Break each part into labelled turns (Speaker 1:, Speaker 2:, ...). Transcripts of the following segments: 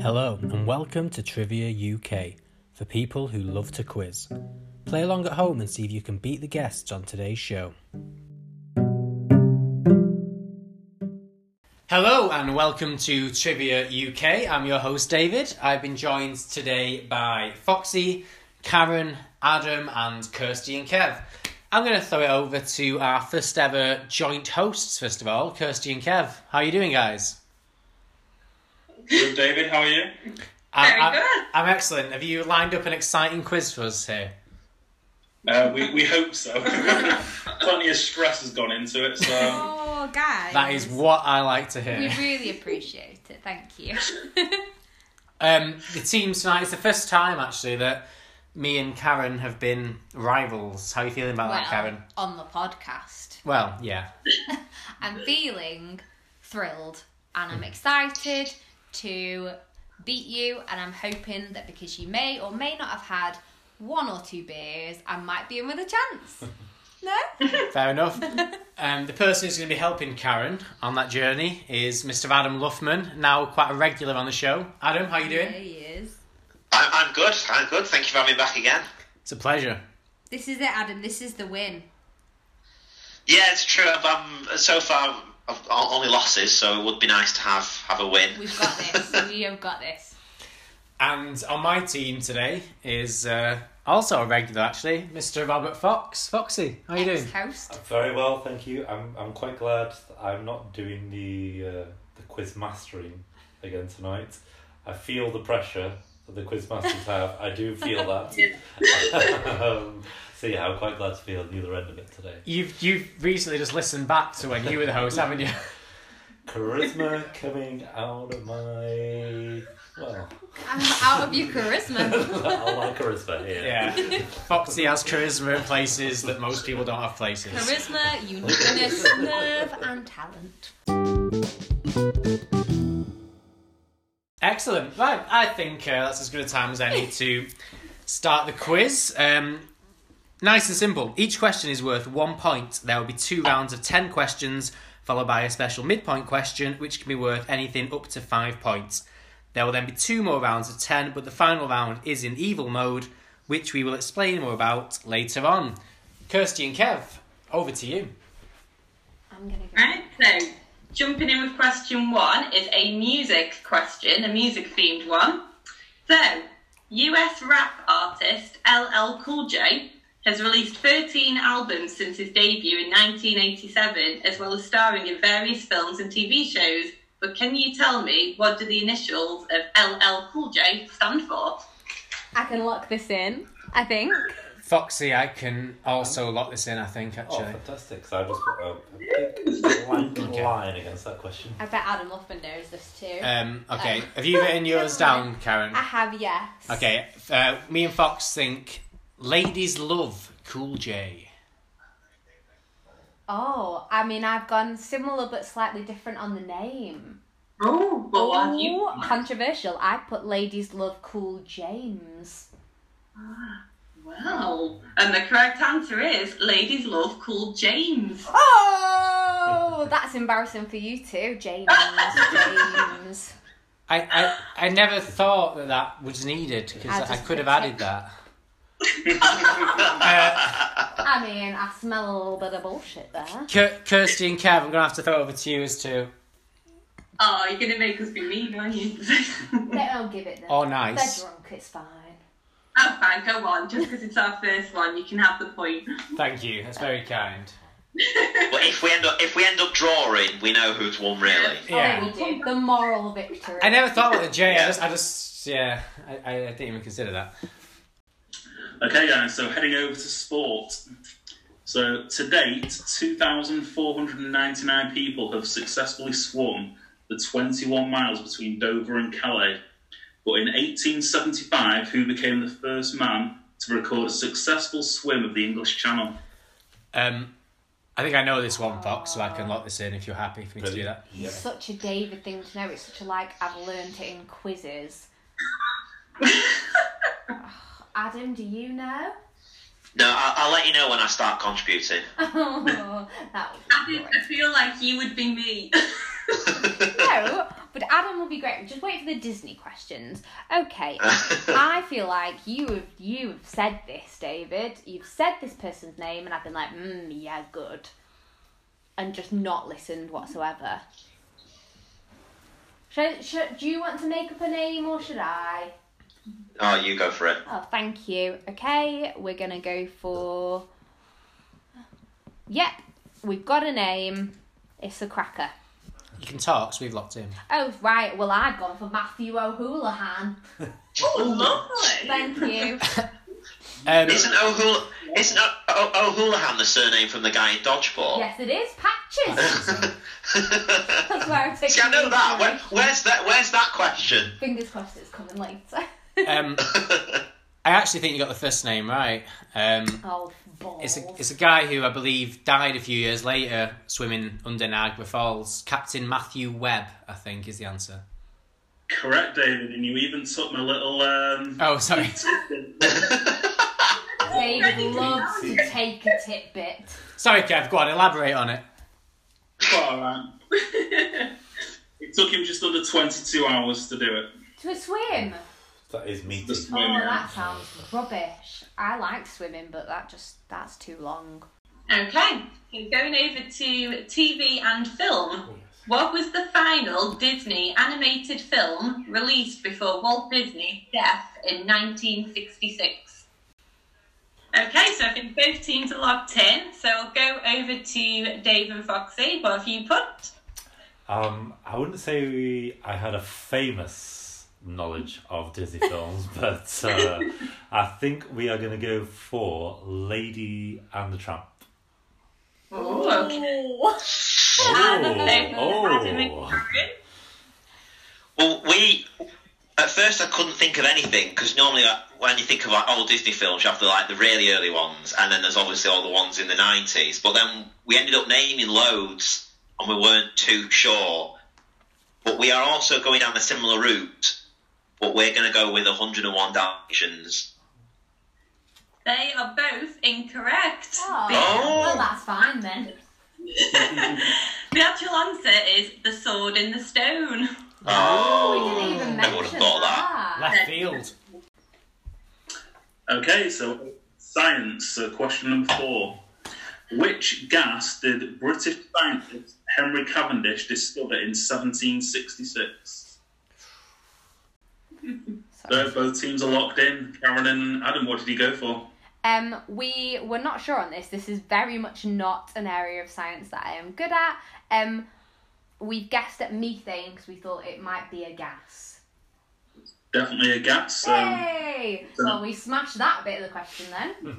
Speaker 1: Hello, and welcome to Trivia UK for people who love to quiz. Play along at home and see if you can beat the guests on today's show. Hello, and welcome to Trivia UK. I'm your host, David. I've been joined today by Foxy, Karen, Adam, and Kirsty and Kev. I'm going to throw it over to our first ever joint hosts, first of all, Kirsty and Kev. How are you doing, guys?
Speaker 2: Good, David. How are you?
Speaker 1: I'm,
Speaker 3: Very
Speaker 1: I'm-
Speaker 3: good.
Speaker 1: I'm excellent. Have you lined up an exciting quiz for us here?
Speaker 2: Uh, we, we hope so. Plenty of stress has gone into it, so
Speaker 3: Oh, guys.
Speaker 1: That is what I like to
Speaker 3: We
Speaker 1: hear.
Speaker 3: really appreciate it. Thank you.
Speaker 1: Um, the team tonight is the first time actually that me and Karen have been rivals. How are you feeling about
Speaker 3: well,
Speaker 1: that, Karen?
Speaker 3: on the podcast,
Speaker 1: Well, yeah.
Speaker 3: I'm feeling thrilled and I'm excited to beat you. And I'm hoping that because you may or may not have had one or two beers, I might be in with a chance. No?
Speaker 1: Fair enough. Um, the person who's going to be helping Karen on that journey is Mr. Adam Luffman, now quite a regular on the show. Adam, how you
Speaker 3: there
Speaker 1: doing?
Speaker 3: he is.
Speaker 4: I'm, I'm good. I'm good. Thank you for having me back again.
Speaker 1: It's a pleasure.
Speaker 3: This is it, Adam. This is the win.
Speaker 4: Yeah, it's true. I'm, I'm so far I've o- only losses, so it would be nice to have have a win.
Speaker 3: We've got this. we have got this.
Speaker 1: And on my team today is uh, also a regular actually, Mr. Robert Fox. Foxy, how you doing?
Speaker 3: Ex-host.
Speaker 5: Very well, thank you. I'm I'm quite glad that I'm not doing the uh, the quiz mastering again tonight. I feel the pressure that the quiz masters have. I do feel that. um, so yeah, I'm quite glad to be on the other end of it today.
Speaker 1: You've you've recently just listened back to when you were the host, haven't you?
Speaker 5: Charisma coming out of my well,
Speaker 3: I'm out of your charisma.
Speaker 5: I like charisma here.
Speaker 1: Yeah. Foxy has charisma in places that most people don't have places.
Speaker 3: Charisma, uniqueness, nerve, and talent.
Speaker 1: Excellent. Right, I think uh, that's as good a time as any to start the quiz. Um, nice and simple. Each question is worth one point. There will be two rounds of 10 questions, followed by a special midpoint question, which can be worth anything up to five points. There will then be two more rounds of 10, but the final round is in evil mode, which we will explain more about later on. Kirsty and Kev, over to you.
Speaker 3: I'm gonna go.
Speaker 6: Right, so jumping in with question one is a music question, a music themed one. So, US rap artist LL Cool J has released 13 albums since his debut in 1987, as well as starring in various films and TV shows. But can you tell me what do the initials of LL Cool J stand for?
Speaker 3: I can lock this in. I think.
Speaker 1: Foxy, I can also lock this in, I think,
Speaker 5: Oh,
Speaker 1: actually.
Speaker 5: fantastic! So I just put a big blank line against that question.
Speaker 3: I bet Adam Luffman knows this too.
Speaker 1: Um, okay,
Speaker 3: Um,
Speaker 1: have you written yours down, Karen?
Speaker 3: I have yes.
Speaker 1: Okay, uh, me and Fox think ladies love Cool J.
Speaker 3: Oh, I mean, I've gone similar but slightly different on the name.
Speaker 6: Oh, well, what have you?
Speaker 3: Ooh, controversial. I put ladies love cool James.
Speaker 6: Well, and the correct answer is Ladies Love Cool James.
Speaker 3: Oh, that's embarrassing for you too, James. James.
Speaker 1: I, I, I never thought that that was needed because
Speaker 3: I
Speaker 1: I,
Speaker 3: just
Speaker 1: could have
Speaker 3: picked
Speaker 1: added
Speaker 3: it.
Speaker 1: that. uh,
Speaker 3: I mean, I smell a little bit of bullshit there.
Speaker 1: Kir- Kirsty and Kev, I'm gonna have to throw it over to you as to
Speaker 6: Oh, you're gonna make us be mean, aren't you?
Speaker 3: They don't give it. Them.
Speaker 1: oh nice.
Speaker 3: They're drunk. It's fine.
Speaker 6: oh, fine, go on. Just because it's our first one, you can have the point.
Speaker 1: Thank you. That's very kind.
Speaker 4: But if we end up if we end up drawing, we know who's won really.
Speaker 3: Yeah.
Speaker 1: Yeah.
Speaker 3: we do. The moral victory.
Speaker 1: I never thought of the J. I just, I just yeah. I, I didn't even consider that.
Speaker 2: okay, guys. So heading over to sport. So to date, two thousand four hundred and ninety-nine people have successfully swum the twenty-one miles between Dover and Calais. But in eighteen seventy-five, who became the first man to record a successful swim of the English Channel?
Speaker 1: Um, I think I know this one, Fox, so I can lock this in if you're happy for me to do that.
Speaker 3: It's such a David thing to know. It's such a like I've learned it in quizzes. Adam, do you know?
Speaker 4: No, I, I'll let you know when I start contributing.
Speaker 3: Oh, that would
Speaker 6: I,
Speaker 3: be
Speaker 6: think,
Speaker 3: great.
Speaker 6: I feel like you would be me.
Speaker 3: No, But Adam will be great. Just wait for the Disney questions. Okay. I feel like you have you have said this, David. You've said this person's name, and I've been like, mm, yeah, good, and just not listened whatsoever. Should, should, do you want to make up a name, or should I?
Speaker 4: oh, you go for it.
Speaker 3: Oh, thank you. Okay, we're gonna go for. Yep, we've got a name. It's a cracker.
Speaker 1: You can talk, so we've locked in.
Speaker 3: Oh right, well I've gone for Matthew O'Houlihan.
Speaker 6: Oh, lovely.
Speaker 3: Thank you.
Speaker 1: Um,
Speaker 4: Isn't O'Hul isn't o- o- O'Houlihan the surname from the guy in Dodgeball?
Speaker 3: yes, it is patches. That's where I'm taking.
Speaker 4: See, I know
Speaker 3: it
Speaker 4: that.
Speaker 3: from.
Speaker 4: Where, where's that? Where's that question?
Speaker 3: Fingers crossed, it's coming later.
Speaker 1: um, I actually think you got the first name right. Um,
Speaker 3: oh balls.
Speaker 1: it's a it's a guy who I believe died a few years later swimming under Niagara Falls. Captain Matthew Webb, I think, is the answer.
Speaker 2: Correct, David, and you even took my little. Um...
Speaker 1: Oh, sorry.
Speaker 3: They love to take a tidbit.
Speaker 1: Sorry, Kev. Go on, elaborate on it.
Speaker 2: All right. it took him just under 22 hours to do it.
Speaker 3: To a swim.
Speaker 5: That is meaty.
Speaker 2: Just
Speaker 3: Oh,
Speaker 2: win, yeah.
Speaker 3: that sounds rubbish. I like swimming, but that just that's too long.
Speaker 6: Okay, going over to TV and film. What was the final Disney animated film released before Walt Disney's death in 1966? Okay, so I think both teams are locked in, so I'll go over to Dave and Foxy. What have you put?
Speaker 5: Um, I wouldn't say we, I had a famous knowledge of Disney films, but uh, I think we are going to go for Lady and the Tramp.
Speaker 6: Oh, okay.
Speaker 5: Oh, oh.
Speaker 4: Well, we at first I couldn't think of anything because normally uh, when you think of like old Disney films, you have the like the really early ones, and then there's obviously all the ones in the nineties. But then we ended up naming loads, and we weren't too sure. But we are also going down a similar route, but we're going to go with 101 Dalmatians.
Speaker 6: They are both incorrect.
Speaker 3: Oh,
Speaker 4: Oh.
Speaker 3: well, that's fine then.
Speaker 6: The actual answer is The Sword in the Stone.
Speaker 3: We
Speaker 4: Oh,
Speaker 3: didn't even
Speaker 4: I would have
Speaker 3: mention
Speaker 4: thought that.
Speaker 3: that.
Speaker 1: Left field.
Speaker 2: Okay, so science. So question number four: Which gas did British scientist Henry Cavendish discover in 1766? So both teams are locked in. Karen and Adam, what did you go for?
Speaker 3: Um, we were not sure on this. This is very much not an area of science that I am good at. Um, we guessed at methane because we thought it might be a gas.
Speaker 2: Definitely a gas. Um, So
Speaker 3: Yay! Well, we smashed that bit of the question then.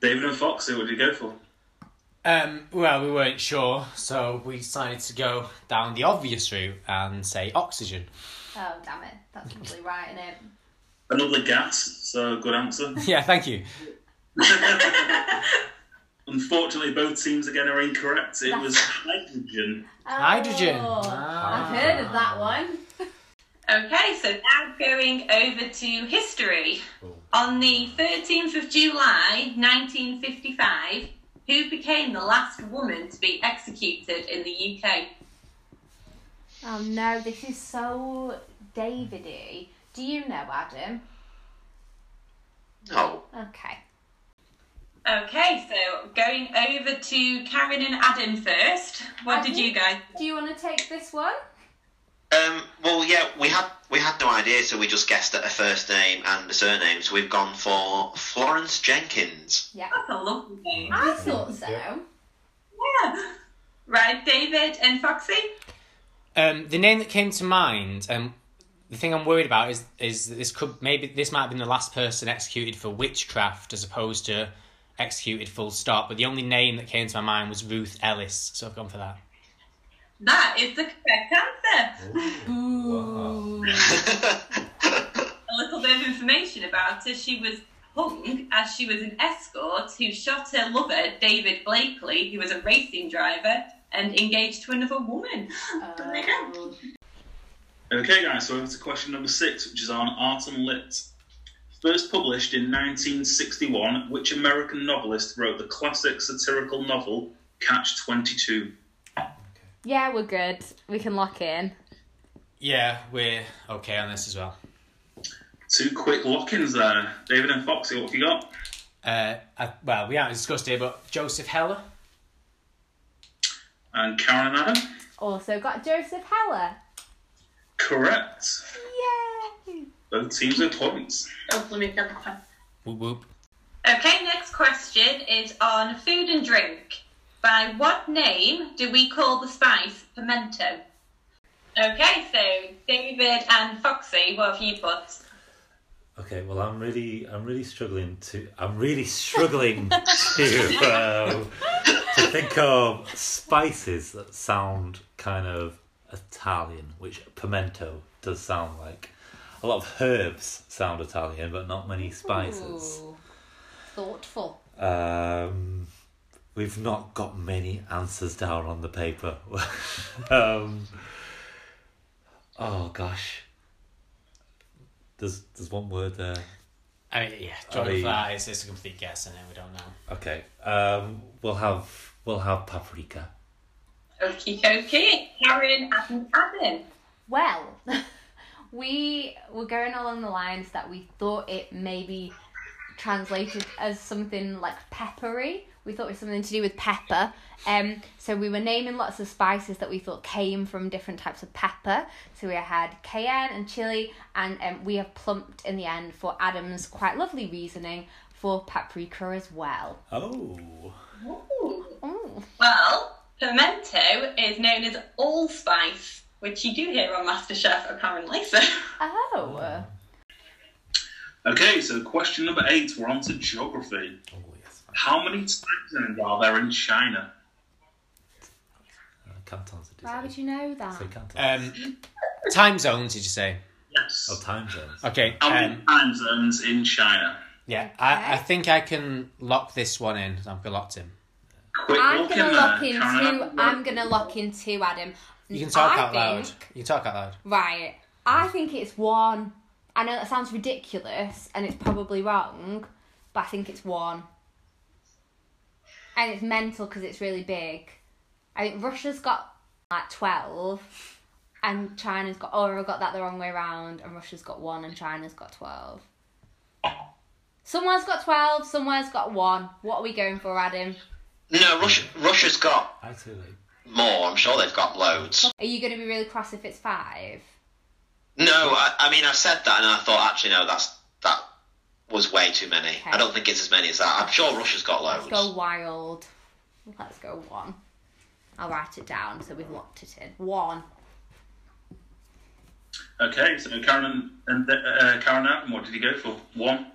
Speaker 2: David and Foxy, what did you go for?
Speaker 1: Um, well, we weren't sure, so we decided to go down the obvious route and say oxygen.
Speaker 3: Oh, damn it. That's probably right, isn't it?
Speaker 2: Another gas. So good answer.
Speaker 1: Yeah, thank you.
Speaker 2: Unfortunately, both teams again are incorrect. It was hydrogen.
Speaker 1: Hydrogen.
Speaker 3: Oh,
Speaker 1: Ah.
Speaker 3: I've heard of that one.
Speaker 6: Okay, so now going over to history.
Speaker 5: Oh.
Speaker 6: On the 13th of July 1955, who became the last woman to be executed in the UK?
Speaker 3: Oh no, this is so Davidy. Do you know Adam?
Speaker 4: No.
Speaker 3: Okay.
Speaker 6: Okay, so going over to Karen and Adam first. What did you guys?
Speaker 3: Do you want to take this one?
Speaker 4: Um, well, yeah, we had we had no idea, so we just guessed at a first name and a surname. So we've gone for Florence Jenkins.
Speaker 3: Yeah.
Speaker 6: That's a lovely name.
Speaker 3: I thought so.
Speaker 6: Yeah. Right, David and Foxy?
Speaker 1: Um, the name that came to mind, um, the thing I'm worried about is is that this could maybe this might have been the last person executed for witchcraft as opposed to executed full stop. But the only name that came to my mind was Ruth Ellis, so I've gone for that.
Speaker 6: That is the correct answer.
Speaker 5: Wow.
Speaker 6: a little bit of information about her. She was hung as she was an escort who shot her lover, David Blakely, who was a racing driver and engaged to another woman. There you go.
Speaker 3: Oh.
Speaker 2: Okay, guys, so over to question number six, which is on art and lit. First published in 1961, which American novelist wrote the classic satirical novel Catch 22?
Speaker 3: Yeah, we're good. We can lock in.
Speaker 1: Yeah, we're okay on this as well.
Speaker 2: Two quick lock-ins there. David and Foxy, what have you got?
Speaker 1: Uh, I, well, we haven't discussed it, but Joseph Heller.
Speaker 2: And Karen and Adam?
Speaker 3: Also got Joseph Heller.
Speaker 2: Correct.
Speaker 3: Yay!
Speaker 2: Both teams with points.
Speaker 6: Hopefully we can.
Speaker 1: Whoop whoop.
Speaker 6: Okay, next question is on food and drink. By what name do we call the spice pimento? Okay, so David and Foxy, what have you put?
Speaker 5: Okay, well, I'm really, I'm really struggling to, I'm really struggling to, um, to think of spices that sound kind of Italian, which pimento does sound like. A lot of herbs sound Italian, but not many spices.
Speaker 7: Ooh, thoughtful.
Speaker 5: Um, we've not got many answers down on the paper. um, oh gosh, there's there's one word there.
Speaker 1: I mean, yeah, John
Speaker 5: I mean-
Speaker 1: that is it's a complete guess, and we don't know.
Speaker 5: Okay, um, we'll have we'll have paprika.
Speaker 6: Okie dokie, Karen and Adam.
Speaker 3: Well, we were going along the lines that we thought it maybe translated as something like peppery. We thought it was something to do with pepper. Um, so we were naming lots of spices that we thought came from different types of pepper. So we had cayenne and chili, and um, we have plumped in the end for Adam's quite lovely reasoning for paprika as well.
Speaker 5: Oh,
Speaker 6: Ooh.
Speaker 3: Ooh.
Speaker 6: Well, pimento is known as allspice, which you do hear on MasterChef apparently, so.
Speaker 3: Oh.
Speaker 2: Okay, so question number eight, we're on to geography.
Speaker 5: oh yes,
Speaker 2: How many time zones are there in China?
Speaker 5: uh, Canton's a disease.
Speaker 3: Why would you know that?
Speaker 5: Say Canton.
Speaker 1: Um, time zones, did you say?
Speaker 2: Yes.
Speaker 5: oh, time zones.
Speaker 1: Okay.
Speaker 2: How many
Speaker 1: Um,
Speaker 2: time zones in China?
Speaker 1: yeah, I, I
Speaker 3: Okay.
Speaker 1: think I can lock this one in. I've locked him.
Speaker 2: Quick
Speaker 3: I'm
Speaker 2: lock in
Speaker 3: gonna
Speaker 2: there.
Speaker 3: lock
Speaker 2: Karen
Speaker 3: into.
Speaker 2: and Adam, what-
Speaker 3: I'm gonna lock into Adam.
Speaker 1: You can talk
Speaker 3: I
Speaker 1: out loud.
Speaker 3: think-
Speaker 1: You can talk out loud.
Speaker 3: Right. I think it's one. I know that sounds ridiculous and it's probably wrong, but I think it's one. And it's mental because it's really big. I think Russia's got like twelve, and China's got. Or I got that the wrong way around, and Russia's got one, and China's got twelve. Somewhere's got twelve. Somewhere's got one. What are we going for, Adam?
Speaker 4: No, Russia, Russia's got
Speaker 5: Actually,
Speaker 4: more. I'm sure they've got loads.
Speaker 3: Are you going to be really cross if it's five?
Speaker 4: No, I, I mean I said that and I thought actually no, that's that was way too many. I don't think it's as many as that. I'm sure Russia's got
Speaker 3: Let's go
Speaker 4: loads.
Speaker 3: wild. Let's go one. I'll write it down so we've locked it in. One.
Speaker 2: Okay, so Karen and- and uh, Karen and Adam, what did you go for? One.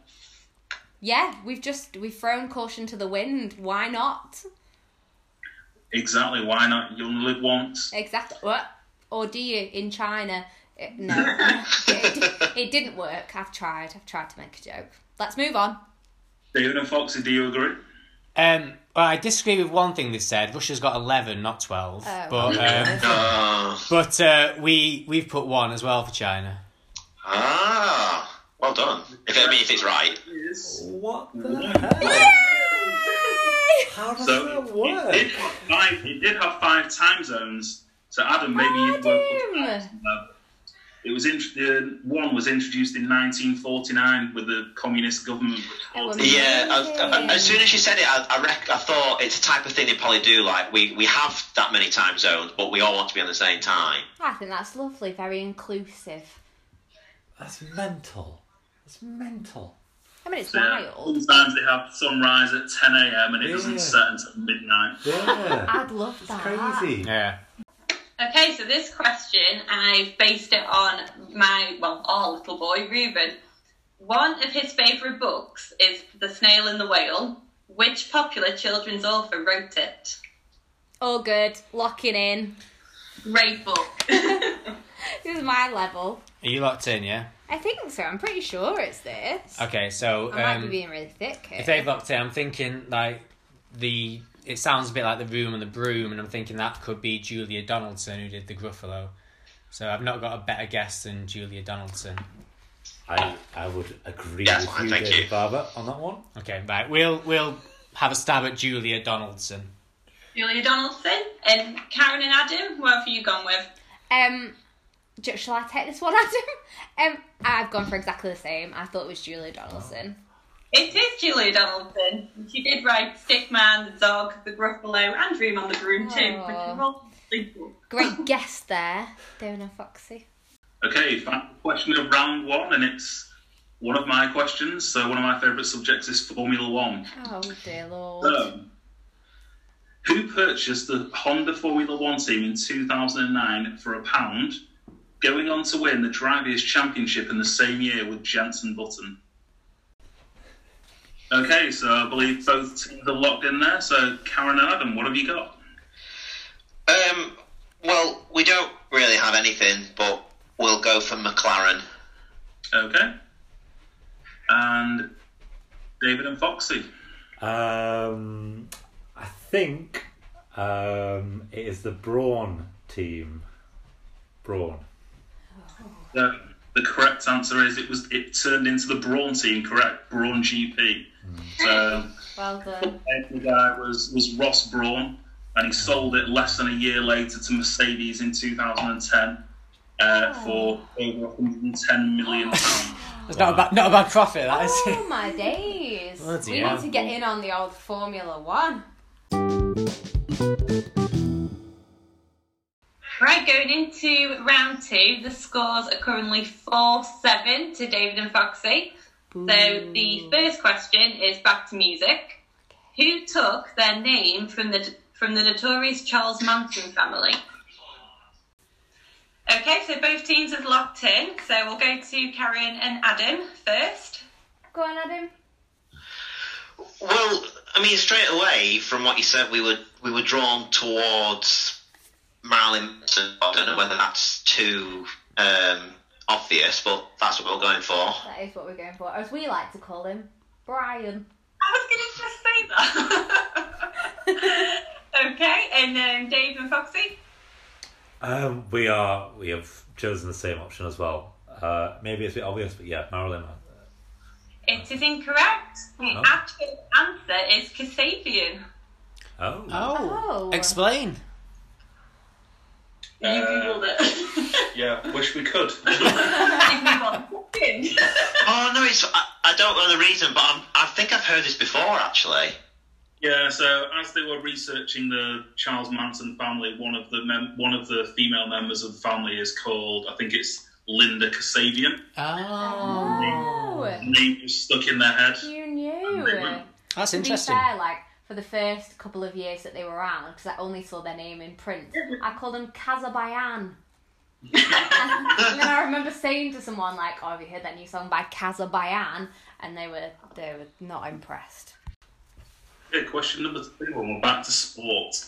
Speaker 3: Yeah, we've just we've thrown caution to the wind. Why not?
Speaker 2: Exactly. Why not? You only live once.
Speaker 3: Exactly. What? Or do you in China? It, no, it, it didn't work. I've tried. I've tried to make a joke. Let's move on.
Speaker 2: David and Foxy, do you agree?
Speaker 1: Um, well, I disagree with one thing they said. Russia's got eleven, not twelve.
Speaker 3: Oh.
Speaker 1: but um,
Speaker 4: Uh,
Speaker 1: but uh, we we've put one as well for China.
Speaker 4: ah, well done. If I mean if it's right.
Speaker 2: Yes.
Speaker 5: what the hell? How does
Speaker 2: So
Speaker 5: that
Speaker 2: you did,
Speaker 5: work?
Speaker 2: have five, you did have five time zones. So Adam, maybe you
Speaker 3: Adam!
Speaker 2: It was int- the one was introduced in 1949 with the communist government. reporting-
Speaker 3: Amazing.
Speaker 4: Yeah, I, I, as soon as you said it, I, I, rec- I thought it's the type of thing they probably do. Like we, we have that many time zones, but we all want to be on the same time.
Speaker 3: I think that's lovely. Very inclusive.
Speaker 5: That's mental. That's mental.
Speaker 3: I mean, it's
Speaker 2: Yeah,
Speaker 3: wild.
Speaker 2: Sometimes they have sunrise at 10 a.m. and it doesn't
Speaker 5: Yeah.
Speaker 2: set until midnight.
Speaker 5: Yeah,
Speaker 3: I'd love that.
Speaker 5: crazy.
Speaker 1: Yeah.
Speaker 6: Okay, so this question I've based it on my well, our little boy Reuben. One of his favourite books is The Snail and the Whale. Which popular children's author wrote it?
Speaker 3: All good. Locking in.
Speaker 6: Great book.
Speaker 3: This is my level.
Speaker 1: Are you locked in? Yeah.
Speaker 3: I think so. I'm pretty sure it's this.
Speaker 1: Okay. So
Speaker 3: I might be
Speaker 1: um,
Speaker 3: being really thick here.
Speaker 1: if they've locked in, I'm thinking like the. It sounds a bit like the room and the broom, and I'm thinking that could be Julia Donaldson who did the Gruffalo. So I've not got a better guess than Julia Donaldson.
Speaker 5: I I would agree
Speaker 4: That's
Speaker 5: with
Speaker 4: fine,
Speaker 5: you,
Speaker 4: thank
Speaker 5: David
Speaker 4: you.
Speaker 5: Barber, on that one.
Speaker 1: Okay, right. We'll we'll have a stab at Julia Donaldson.
Speaker 6: Julia Donaldson, and Karen and Adam. What have you gone with?
Speaker 3: Um, j- shall I take this one, Adam? Um, I've gone for exactly the same. I thought it was Julia Donaldson.
Speaker 6: It is Julia Donaldson. She did write Stickman, The Dog, The Gruffalo, and Dream on the Broom too.
Speaker 3: Aw.
Speaker 6: which is all legal.
Speaker 3: Great guess there, Dona Foxy.
Speaker 2: Okay, final question of round one, and it's one of my questions. So, one of my favourite subjects is Formula One.
Speaker 3: Oh dear lord.
Speaker 2: So, who purchased the Honda Formula One team in 2009 for a pound, going on to win the Drivers' Championship in the same year with Jansen Button? Okay, so I believe both teams are locked in there. So, Karen and Adam, what have you got?
Speaker 4: Um, well, we don't really have anything, but we'll go for McLaren.
Speaker 2: Okay. And David and Foxy.
Speaker 5: Um, I think um, it is the Brawn team. Brawn.
Speaker 2: The, the correct answer is it was it turned into the Brawn team, correct? Brawn GP. So
Speaker 3: Well done.
Speaker 2: Um, the guy was was Ross Brawn, and he sold it less than a year later to Mercedes in 2010 uh, for over 110 million pounds.
Speaker 1: That's not a bad, not a bad profit, that is.
Speaker 3: Oh my days.
Speaker 1: Bloody
Speaker 3: we
Speaker 1: hell.
Speaker 3: need to get in on the old Formula One.
Speaker 6: Right, going into round two, the scores are currently 4 7 to David and Foxy. So the first question is back to music. Who took their name from the from the notorious Charles Manson family? Okay, so both teams have locked in. So we'll go to Karen and Adam first.
Speaker 3: Go on, Adam.
Speaker 4: Well, I mean, straight away from what you said, we were we were drawn towards Marilyn Manson. I don't know whether that's too um, obvious, but that's what we're going for.
Speaker 3: That is what we're going for. Or as we like to call him, Brian.
Speaker 6: I was going to just say that. okay, and then Dave and Foxy.
Speaker 5: Um, we are we have chosen the same option as well. Uh, maybe it's a bit obvious, but yeah, Marilyn. Manson.
Speaker 6: It is incorrect. The
Speaker 5: Oh.
Speaker 6: actual answer is Kasabian.
Speaker 5: Oh,
Speaker 1: Oh.
Speaker 3: Oh.
Speaker 1: Explain.
Speaker 6: You googled it.
Speaker 2: Yeah, wish we could.
Speaker 4: Oh no, it's I, I don't know the reason, but I'm, I think I've heard this before actually.
Speaker 2: yeah, so as they were researching the Charles Manson family, one of the mem- one of the female members of the family is called, I think it's Linda Kasabian.
Speaker 1: Oh.
Speaker 3: Oh.
Speaker 2: Name was stuck in their head.
Speaker 3: You knew.
Speaker 1: That's
Speaker 3: To be
Speaker 1: interesting.
Speaker 3: fair, like for the first couple of years that they were around, because I only saw their name in print, I called them Kazabayan. and then I remember saying to someone like, "Oh, have you heard that new song by Kazabayan?" And they were they were not impressed.
Speaker 2: Okay, question number three. When we're back to sport,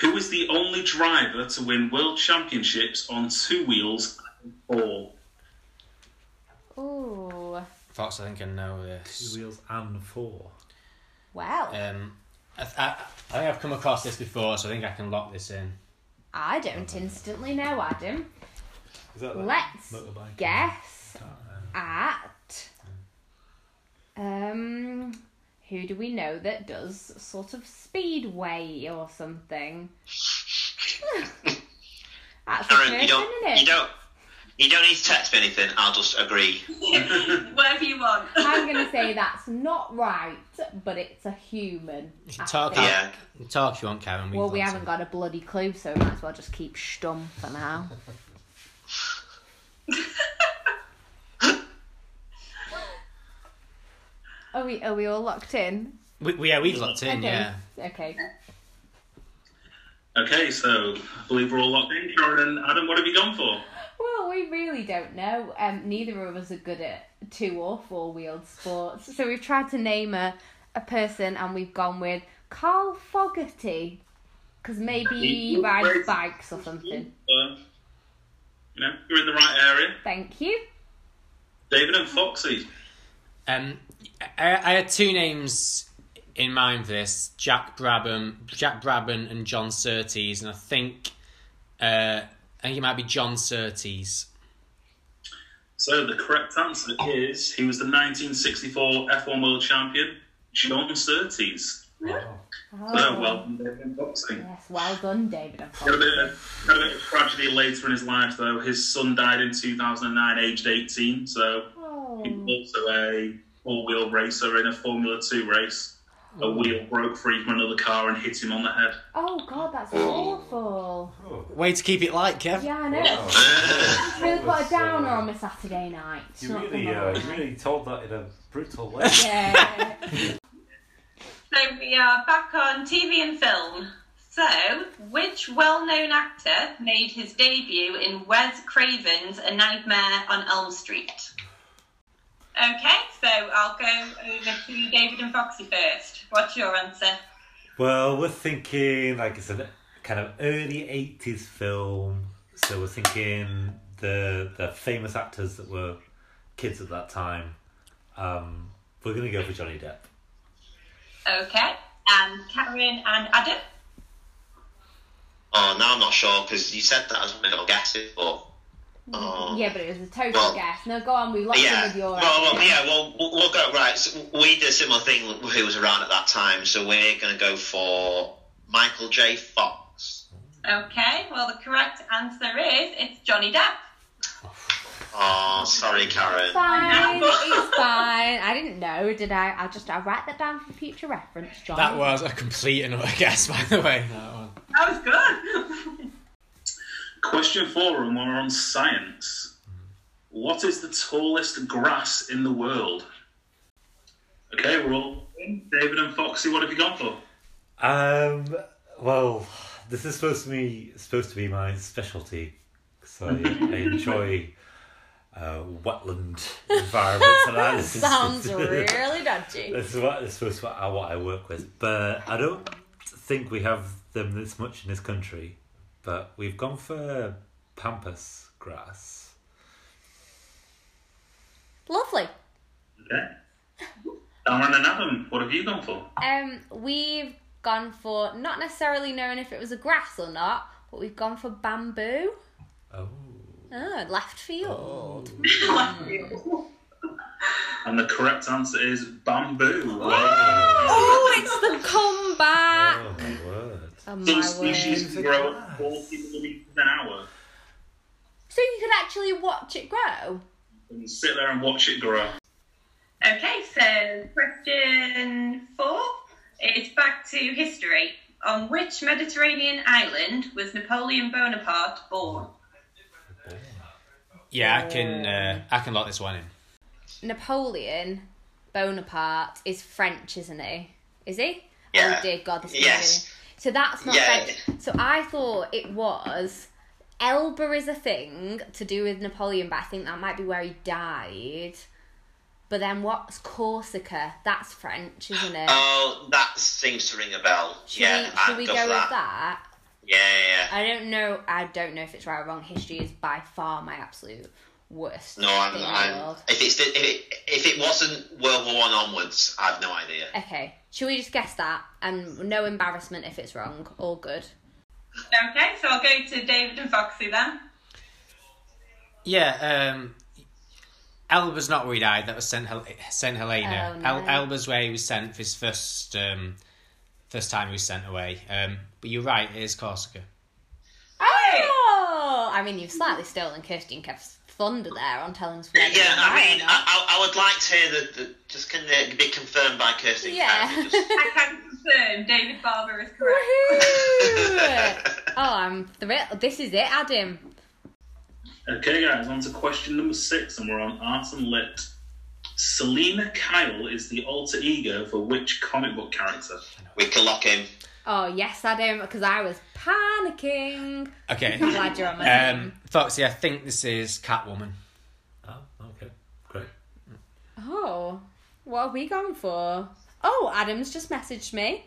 Speaker 2: who is the only driver to win world championships on two wheels and four?
Speaker 3: Ooh,
Speaker 1: Fox, I think I know this.
Speaker 5: two wheels and four.
Speaker 3: well,
Speaker 1: Um, I, th- I, I think I've come across this before, so I think I can lock this in.
Speaker 3: I don't instantly know, Adam.
Speaker 5: Is that like
Speaker 3: Let's
Speaker 5: motorbike?
Speaker 3: guess at um, who do we know that does sort of speedway or something? That's the
Speaker 4: Aaron, you
Speaker 3: first
Speaker 4: don't
Speaker 3: one, isn't
Speaker 4: you
Speaker 3: it?
Speaker 4: don't you don't need to text me anything. I'll just agree.
Speaker 6: Whatever you want.
Speaker 3: I'm gonna say that's not right, but it's a human.
Speaker 1: You
Speaker 3: I
Speaker 1: can talk,
Speaker 3: think.
Speaker 4: Yeah.
Speaker 1: you can talk if you want, Karen.
Speaker 3: Well,
Speaker 1: can
Speaker 3: we
Speaker 1: lock
Speaker 3: haven't
Speaker 1: it
Speaker 3: got a bloody clue, so we might as well just keep stum for now. are we are we all locked in?
Speaker 1: in. We, we, yeah, we've locked in,
Speaker 3: Okay.
Speaker 1: yeah.
Speaker 3: Okay.
Speaker 2: Okay, so I believe we're all locked in. Karen and Adam, what have you gone for?
Speaker 3: Well, we really don't know. Um, neither of us are good at two or four wheeled sports, so we've tried to name a, a person, and we've gone with Carl Fogarty, because maybe he rides bikes or something.
Speaker 2: Uh, you know, you're in the right area.
Speaker 3: Thank you.
Speaker 2: David and Foxy.
Speaker 1: Um, I, I had two names in mind for this: Jack Brabham, Jack Brabham, and John Surtees. And I think, uh, I think it might be John Surtees.
Speaker 2: So the correct answer is he was the 1964 F1 World Champion, John Surtees.
Speaker 5: Wow.
Speaker 3: Oh,
Speaker 2: So, well, David Boxing.
Speaker 3: Yes, well done, David. and
Speaker 2: Got a, bit
Speaker 3: Paul.
Speaker 2: of, got a bit of tragedy later in his life, though. His son died in 2009, aged 18, so he's
Speaker 3: Oh.
Speaker 2: also a all wheel racer in a Formula 2 race. A wheel broke free from another car and hit him on the head.
Speaker 3: Oh, God, that's awful.
Speaker 5: Oh.
Speaker 1: Way to keep it light, Kev.
Speaker 3: Yeah, I know.
Speaker 5: Wow.
Speaker 3: It's really
Speaker 5: That
Speaker 3: put
Speaker 5: was,
Speaker 3: a downer
Speaker 5: uh,
Speaker 3: on a Saturday night. It's
Speaker 5: You
Speaker 3: not
Speaker 5: really,
Speaker 3: the
Speaker 5: uh,
Speaker 3: moment.
Speaker 5: you really told that in a brutal way.
Speaker 3: Yeah.
Speaker 6: So we are back on TV and film. So, which well known actor made his debut in Wes Craven's A Nightmare on Elm Street? Okay, so I'll go over to David and Foxy first. What's your answer?
Speaker 5: Well, we're thinking, like it's a kind of early 80s film. So we're thinking the the famous actors that were kids at that time. Um, we're going to go for Johnny Depp.
Speaker 6: Okay, and Karen and Adam?
Speaker 4: Oh, now I'm not sure because you said that as one of your guesses, but. Oh.
Speaker 3: yeah, but it was a total
Speaker 4: Well-
Speaker 3: guess. No, go on, we locked in
Speaker 4: Yeah.
Speaker 3: with your
Speaker 4: well, well,
Speaker 3: idea.
Speaker 4: yeah. Well, we'll we'll go right. So we did a similar thing. with Who was around at that time? So we're going to go for Michael J. Fox.
Speaker 6: Okay, well, the correct answer is it's Johnny Depp.
Speaker 4: Oh, sorry, Karen.
Speaker 3: Fine, it's fine. I didn't know, did I? I'll just I'll write that down for future reference, John.
Speaker 1: That was a complete and utter guess, by the way. That one.
Speaker 6: That was good.
Speaker 2: Question four, and we're on science. What is the tallest grass in the world? Okay, we're all in. David and Foxy. What have you gone for?
Speaker 5: Um, well, this is supposed to be supposed to be my specialty because I, I enjoy uh, wetland environments. and that. This is-
Speaker 3: Sounds really dodgy.
Speaker 5: This is what this is what I, what I work with, but I don't think we have them this much in this country. But we've gone for pampas grass.
Speaker 3: Lovely.
Speaker 2: Okay. Darren and Adam, what have you gone for?
Speaker 3: Um, we've gone for not necessarily knowing if it was a grass or not, but we've gone for bamboo.
Speaker 5: Oh,
Speaker 3: Oh, left field.
Speaker 2: And the correct answer is bamboo.
Speaker 3: Oh, it's the comeback.
Speaker 5: oh my word!
Speaker 3: Oh,
Speaker 2: Some
Speaker 3: my word.
Speaker 2: species grow at 40 millimeters an hour.
Speaker 3: So you could actually watch it grow.
Speaker 2: And sit there and watch it grow.
Speaker 6: Okay, so question four is back to history. On which Mediterranean island was Napoleon Bonaparte born?
Speaker 1: Yeah, I can. Uh, I can lock this one in.
Speaker 3: Napoleon Bonaparte is French, isn't he? Is he?
Speaker 4: Yeah.
Speaker 3: Oh dear God, this is
Speaker 4: Yes.
Speaker 3: So that's not
Speaker 4: Yeah.
Speaker 3: French. So I thought it was Elba is a thing to do with Napoleon, but I think that might be where he died. But then what's Corsica? That's French, isn't it?
Speaker 4: Oh, that seems to ring a bell.
Speaker 3: should
Speaker 4: yeah,
Speaker 3: we, should
Speaker 4: I'd
Speaker 3: we
Speaker 4: go
Speaker 3: go
Speaker 4: for
Speaker 3: with
Speaker 4: that.
Speaker 3: that?
Speaker 4: Yeah, yeah,
Speaker 3: I don't know. I don't know if it's right or wrong. History is by far my absolute worst.
Speaker 4: yeah. No, I'm.
Speaker 3: thing in the
Speaker 4: I'm
Speaker 3: world.
Speaker 4: if it's the, if it, if it wasn't World War One onwards, I've no idea.
Speaker 3: Okay, should we just guess that? And no embarrassment if it's wrong. All good.
Speaker 6: Okay, so I'll go to David and Foxy then.
Speaker 1: Yeah, um, Elba's not where he died. That was Saint, Hel- Saint Helena.
Speaker 3: Oh,
Speaker 1: El-
Speaker 3: no.
Speaker 1: Elba's where he was sent for his first um, first time he was sent away. Um, but you're right, it is Corsica.
Speaker 3: Oh! I mean, you've slightly stolen Kirsty and Kev's thunder there on telling us where they
Speaker 4: Yeah, I
Speaker 3: are
Speaker 4: mean,
Speaker 3: or
Speaker 4: I,
Speaker 3: not.
Speaker 4: I, I would like to hear that. The, just can it be confirmed by Kirsty?
Speaker 3: Yeah.
Speaker 4: Karen? Just-
Speaker 6: I can confirm David Barber is correct.
Speaker 3: Woohoo! oh, I'm thrilled. This is it, Adam.
Speaker 2: Okay, guys, on to question number six, and we're on art and lit. Selena Kyle is the alter ego for which comic book character?
Speaker 4: we can lock him.
Speaker 3: Oh, yes, Adam, because I was panicking.
Speaker 1: Okay.
Speaker 3: I'm glad you're on my team.
Speaker 1: Um, Foxy, I think this is Catwoman.
Speaker 5: Oh, okay, great.
Speaker 3: Oh, what are we going for? Oh, Adam's just messaged me.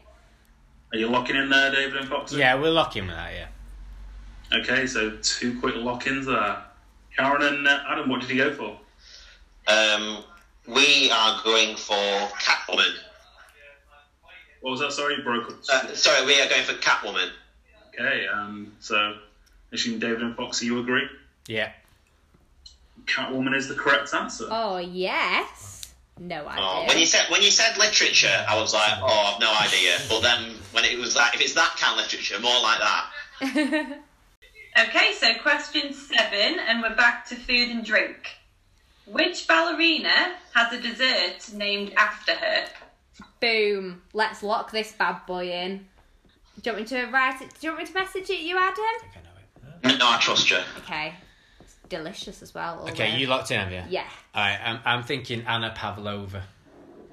Speaker 2: Are you locking in there, David and Foxy?
Speaker 1: Yeah, we'll lock in with that. Yeah.
Speaker 2: Okay, so two quick lock ins there. Karen and uh, Adam, what did you go for?
Speaker 4: Um, we are going for Catwoman.
Speaker 2: What was that? Sorry, you broke up.
Speaker 4: Uh, sorry, we are going for Catwoman.
Speaker 2: Okay, um, so assume David and Foxy, you agree?
Speaker 1: Yeah.
Speaker 2: Catwoman is the correct answer.
Speaker 3: Oh, yes. No idea.
Speaker 4: Oh, when you said when you said literature, I was like, oh, I've no idea. But then when it was that, if it's that kind of literature, more like that.
Speaker 6: Okay, so question seven, and we're back to food and drink. Which ballerina has a dessert named after her?
Speaker 3: Boom. Let's lock this bad boy in. Do you want me to write it? Do you want me to message it you, Adam?
Speaker 1: think I know it.
Speaker 4: No, I trust you.
Speaker 3: Okay. It's delicious as well. all
Speaker 1: Okay,
Speaker 3: the-
Speaker 1: you locked in, have you?
Speaker 3: Yeah.
Speaker 1: All right, I'm, I'm thinking Anna Pavlova.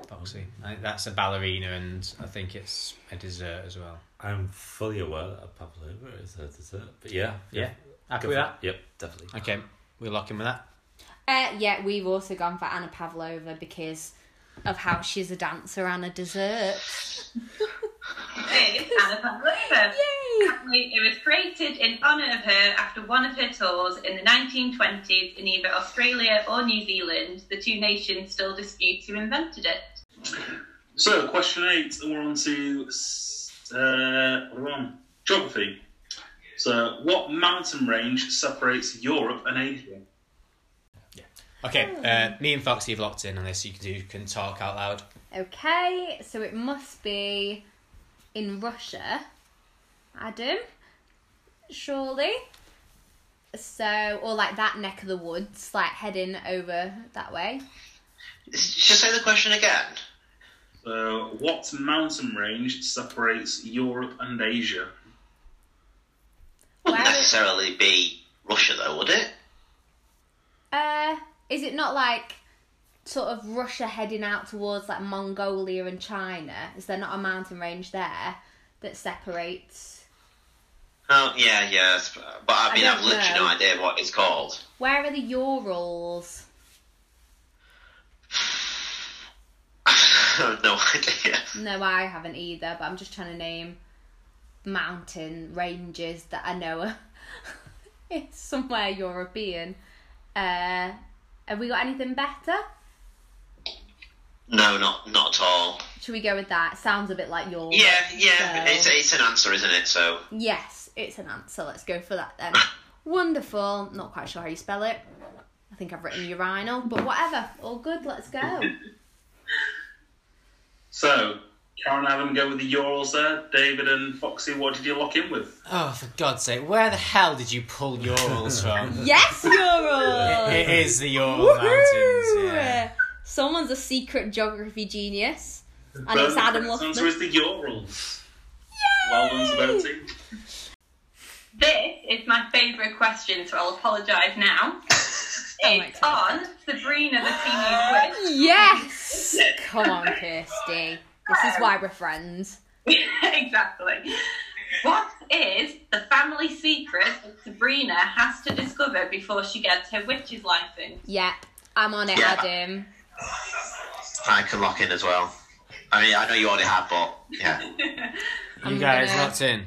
Speaker 1: Foxy. I, that's a ballerina, and I think it's a dessert as well.
Speaker 5: I'm fully aware that a pavlova is a dessert, but yeah,
Speaker 1: Yeah. Happy
Speaker 5: go
Speaker 1: with
Speaker 5: for
Speaker 1: that?
Speaker 5: it. Yep, definitely.
Speaker 1: Okay, we're locking with that.
Speaker 3: Uh, yeah, we've also gone for Anna Pavlova because of how she's a dancer and a dessert.
Speaker 6: Hey, it's Anna Pavlova.
Speaker 3: Yay!
Speaker 6: It was created in honour of her after one of her tours in the 1920s in either Australia or New Zealand. The two nations still dispute who invented it.
Speaker 2: So, question eight, and we're on to uh, we're on geography. So, what mountain range separates Europe and Asia?
Speaker 1: Okay, uh, me and Foxy have locked in on this. You can, do, you can talk out loud.
Speaker 3: Okay, so it must be in Russia, Adam, surely. So, or like that neck of the woods, like heading over that way.
Speaker 4: Just say the question again.
Speaker 2: So, what mountain range separates Europe and Asia?
Speaker 3: Where
Speaker 4: Wouldn't
Speaker 3: is-
Speaker 4: necessarily be Russia, though, would it?
Speaker 3: Uh, is it not like sort of Russia heading out towards like Mongolia and China? Is there not a mountain range there that separates?
Speaker 4: Oh, yeah, yeah. it's- But I mean,
Speaker 3: I
Speaker 4: I
Speaker 3: don't
Speaker 4: have literally
Speaker 3: know.
Speaker 4: no idea what it's called.
Speaker 3: Where are the Urals?
Speaker 4: I have no idea.
Speaker 3: No, I haven't either, but I'm just trying to name mountain ranges that I know are it's somewhere European. Uh, have we got anything better?
Speaker 4: No, not not at all.
Speaker 3: Should we go with that? Sounds a bit like yours.
Speaker 4: Yeah, yeah.
Speaker 3: So-
Speaker 4: It's it's an answer, isn't it? So
Speaker 3: Yes, it's an answer. Let's go for that then. Wonderful. Not quite sure how you spell it. I think I've written urinal, but whatever. All good. Let's go.
Speaker 2: So, Karen Adam go with the Urals there. David and Foxy, what did you lock in with?
Speaker 1: Oh, for God's sake, where the hell did you pull Urals from?
Speaker 3: Yes, urinal.
Speaker 1: it is the Ural Mountains.
Speaker 3: Woohoo!
Speaker 1: Yeah.
Speaker 3: Someone's a secret geography genius, and
Speaker 2: Well,
Speaker 3: it's Adam
Speaker 2: the answer
Speaker 3: Lofton.
Speaker 2: is the Urals. Well done, Saberti.
Speaker 6: This is my favourite question, so I'll apologise now. it's on Sabrina the Teenage Witch.
Speaker 3: Yes. Come on, Kirsty. This is why we're friends.
Speaker 6: exactly. What is the family secret that Sabrina has to discover before she gets her witch's license?
Speaker 3: Yep, I'm on it,
Speaker 4: Yeah.
Speaker 3: Adam.
Speaker 4: I can lock in as well. I mean, I know you already have, but yeah.
Speaker 1: You
Speaker 3: I'm
Speaker 1: guys
Speaker 3: gonna-
Speaker 1: locked in.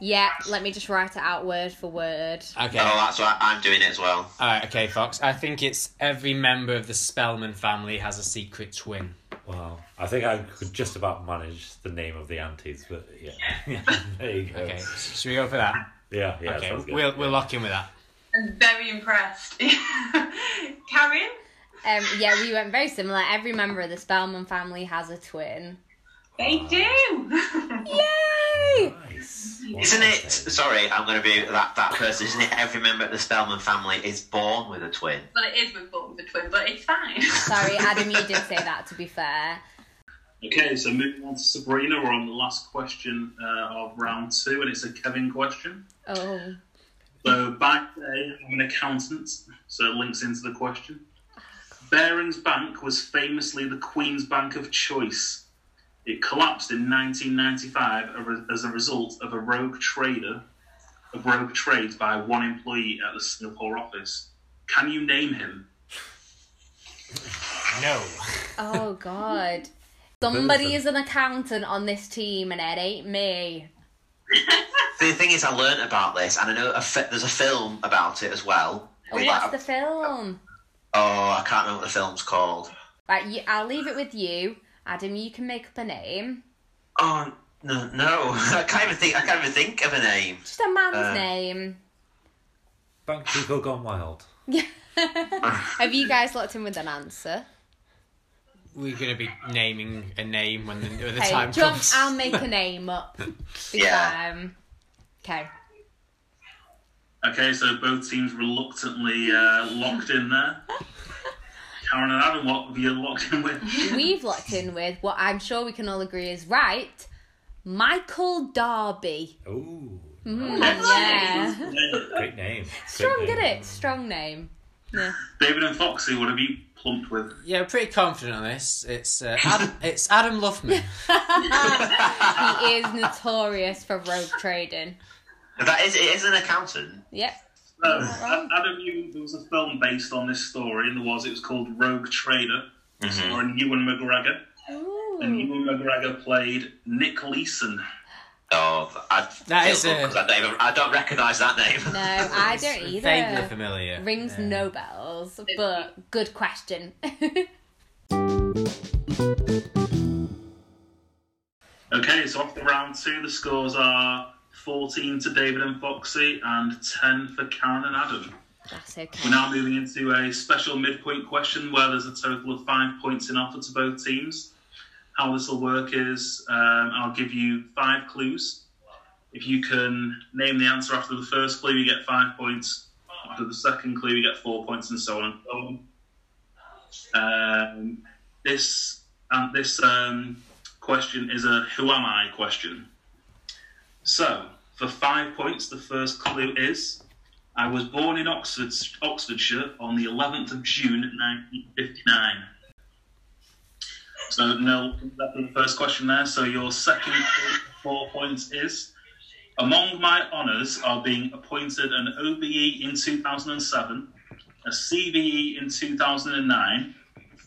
Speaker 3: Yep, let me just write it out word for word.
Speaker 1: Okay.
Speaker 4: Oh, that's why I'm doing it as well.
Speaker 1: All right, okay, Fox. I think it's every member of the Spellman family has a secret twin.
Speaker 5: Wow. I think I could just about manage the name of the aunties, but yeah. there you go.
Speaker 1: Okay, should we go for that?
Speaker 5: Yeah, yeah.
Speaker 1: okay,
Speaker 5: sounds good.
Speaker 1: we'll we'll lock in with that.
Speaker 6: I'm very impressed. Karen?
Speaker 3: Um, yeah, we went very similar. Every member of the Spellman family has a twin.
Speaker 6: They do.
Speaker 3: Yay!
Speaker 5: Nice.
Speaker 4: Isn't it?
Speaker 5: Wonderful.
Speaker 4: Sorry, I'm going to be that, that person. Isn't it? Every member of the Spellman family is born with a twin.
Speaker 6: well, it is with Bolton's a twin, but it's fine.
Speaker 3: Sorry, Adam, you did say that. To be fair,
Speaker 2: Okay, so moving on to Sabrina, we're on the last question uh, of round two, and it's a Kevin question.
Speaker 3: oh,
Speaker 2: So, back day, I'm an accountant, so it links into the question. Barron's Bank was famously the Queen's Bank of choice. It collapsed in 1995 a re- as a result of a rogue trader, a rogue trade by one employee at the Singapore office. Can you name him?
Speaker 1: No.
Speaker 3: oh God! Somebody is an accountant on this team, and it ain't me.
Speaker 4: The thing is, I learnt about this, and I know a fi- there's a film about it as well.
Speaker 3: Oh,
Speaker 4: Like,
Speaker 3: what's the film?
Speaker 4: oh, I can't remember what the film's called.
Speaker 3: Right, you, I'll leave it with you, Adam. You can make up a name.
Speaker 4: Oh no, no, I can't even think. I can't even think of a name.
Speaker 3: Just a man's
Speaker 4: Uh.
Speaker 3: name.
Speaker 5: Bank people gone wild.
Speaker 3: Have you guys locked in with an answer?
Speaker 1: We're gonna be naming a name when the, when the
Speaker 3: Okay,
Speaker 1: time
Speaker 3: do you want-
Speaker 1: comes.
Speaker 3: I'll make a name up. This
Speaker 4: Yeah.
Speaker 3: time. Okay.
Speaker 2: Okay, so both teams reluctantly uh, locked in there. Karen and Adam, what were you locked in with?
Speaker 3: We've locked in with what I'm sure we can all agree is right. Michael Darby.
Speaker 5: Ooh,
Speaker 3: Mm,
Speaker 2: Yes.
Speaker 3: yeah.
Speaker 5: great name.
Speaker 3: Strong,
Speaker 5: Great
Speaker 3: isn't
Speaker 5: name.
Speaker 3: it? Strong name. Yeah.
Speaker 2: David and Foxy, what have you plumped with?
Speaker 1: Yeah, we're pretty confident on this. It's uh, Adam, it's Adam Luffman.
Speaker 3: he is notorious for rogue trading.
Speaker 4: That is, it is an accountant.
Speaker 3: Yep.
Speaker 2: So,
Speaker 3: right.
Speaker 2: Uh, Adam, you, there was a film based on this story, and there was. It was called Rogue Trader,
Speaker 4: Mm-hmm.
Speaker 2: starring Ewan McGregor. And
Speaker 3: Ooh.
Speaker 2: Ewan McGregor played Nick Leeson.
Speaker 4: Oh, I
Speaker 1: That
Speaker 4: feel
Speaker 1: is
Speaker 4: good
Speaker 1: a-
Speaker 4: 'cause I don't, even- I don't recognise that name.
Speaker 3: No, I don't
Speaker 1: It's
Speaker 3: either.
Speaker 1: Vaguely familiar.
Speaker 3: Rings
Speaker 1: Yeah.
Speaker 3: no bells, but good question.
Speaker 2: Okay, so after round two, the scores are 14 to David and Foxy and 10 for Karen and Adam.
Speaker 3: That's
Speaker 2: We're
Speaker 3: okay.
Speaker 2: now moving into a special midpoint question where there's a total of five points in offer to both teams. How this will work is um, I'll give you five clues. If you can name the answer after the first clue, you get five points. After the second clue, you get four points, and so on and so on. Um, this and this um, question is a "Who am I?" question. So, for five points, the first clue is I was born in Oxford, Oxfordshire on the 11th of June 1959. So, no, that's the first question there. So, your second four points is Among my honours are being appointed an OBE in 2007, a CBE in 2009,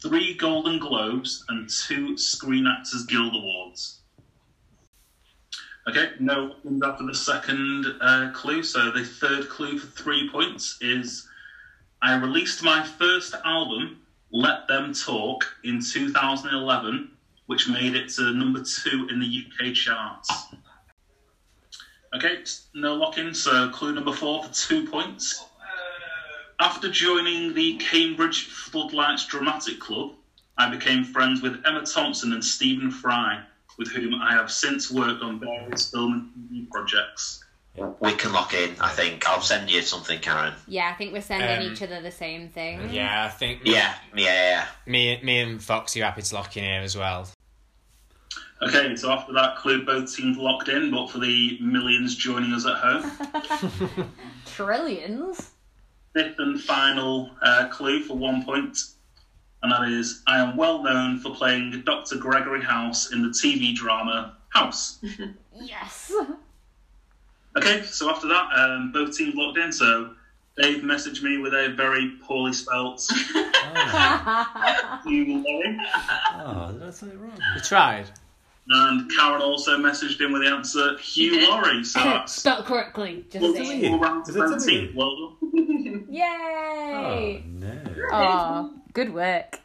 Speaker 2: three Golden Globes, and two Screen Actors Guild Awards. Okay, no, after the second uh, clue. So the third clue for three points is I released my first album, Let Them Talk, in 2011, which made it to number two in the UK charts. Okay, no lock in. So clue number four for two points. After joining the Cambridge Floodlights Dramatic Club, I became friends with Emma Thompson and Stephen Fry, with whom I have since worked on various film and TV projects.
Speaker 4: We can lock in, I think. I'll send you something, Karen.
Speaker 3: Yeah, I think we're sending
Speaker 1: Um,
Speaker 3: each other the same thing.
Speaker 1: Yeah, I think
Speaker 4: Yeah, yeah, yeah.
Speaker 1: me, me and Foxy are happy to lock in here as well.
Speaker 2: Okay, so after that clue, both teams locked in, but for the millions joining us at home,
Speaker 3: Trillions.
Speaker 2: fifth and final uh, clue for one point, and that is I am well known for playing Dr. Gregory House in the TV drama House.
Speaker 3: Yes.
Speaker 2: Okay, so after that, um, both teams locked in, so Dave messaged me with a very poorly spelt
Speaker 5: Oh,
Speaker 2: you Laurie,
Speaker 5: oh, did I say it wrong?
Speaker 1: We tried.
Speaker 2: and Karen also messaged him with the answer Hugh Laurie. So that's
Speaker 3: Spelt correctly. Just
Speaker 2: Well,
Speaker 3: saying.
Speaker 5: me?
Speaker 2: all round
Speaker 5: Is it to
Speaker 2: 17.
Speaker 5: me?
Speaker 2: Well done.
Speaker 5: Oh
Speaker 3: Yay!
Speaker 5: no.
Speaker 3: Oh, good work.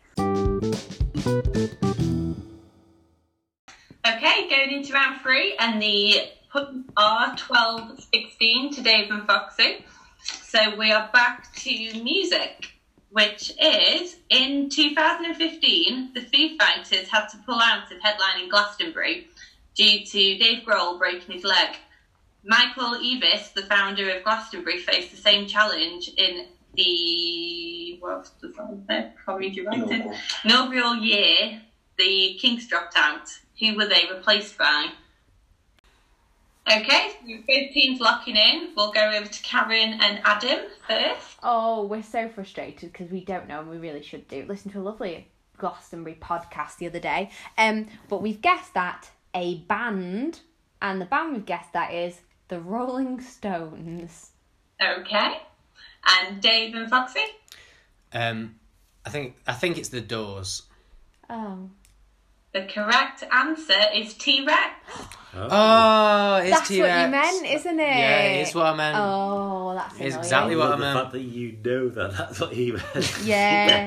Speaker 6: Okay, going into round three, and the punts are 12 16 to Dave and Foxy. So we are back to music, which is in 2015, the Foo Fighters had to pull out of headlining Glastonbury due to Dave Grohl breaking his leg. Michael Eavis, the founder of Glastonbury, faced the same challenge in the. What was that there? Can't read your writing. Melville year, the Kings dropped out. Who were they replaced by? Okay, so both teams locking in. We'll go over to Karen and Adam first.
Speaker 3: Oh, we're so frustrated because we don't know and we really should do. Listen to a lovely Glastonbury podcast the other day. Um, but we've guessed that a band, and the band we've guessed that is the Rolling Stones.
Speaker 6: Okay. And Dave and Foxy.
Speaker 1: Um, I think I think it's the Doors.
Speaker 3: Oh,
Speaker 6: The correct answer is T Rex.
Speaker 1: Oh, it's
Speaker 3: that's
Speaker 1: T-Rex.
Speaker 3: what you meant, isn't it?
Speaker 1: Yeah, it is what I meant.
Speaker 3: Oh, that's
Speaker 1: It's
Speaker 3: annoying.
Speaker 1: exactly what-
Speaker 5: Well, the
Speaker 1: um,
Speaker 5: fact that you know that that's what he meant.
Speaker 3: Yeah,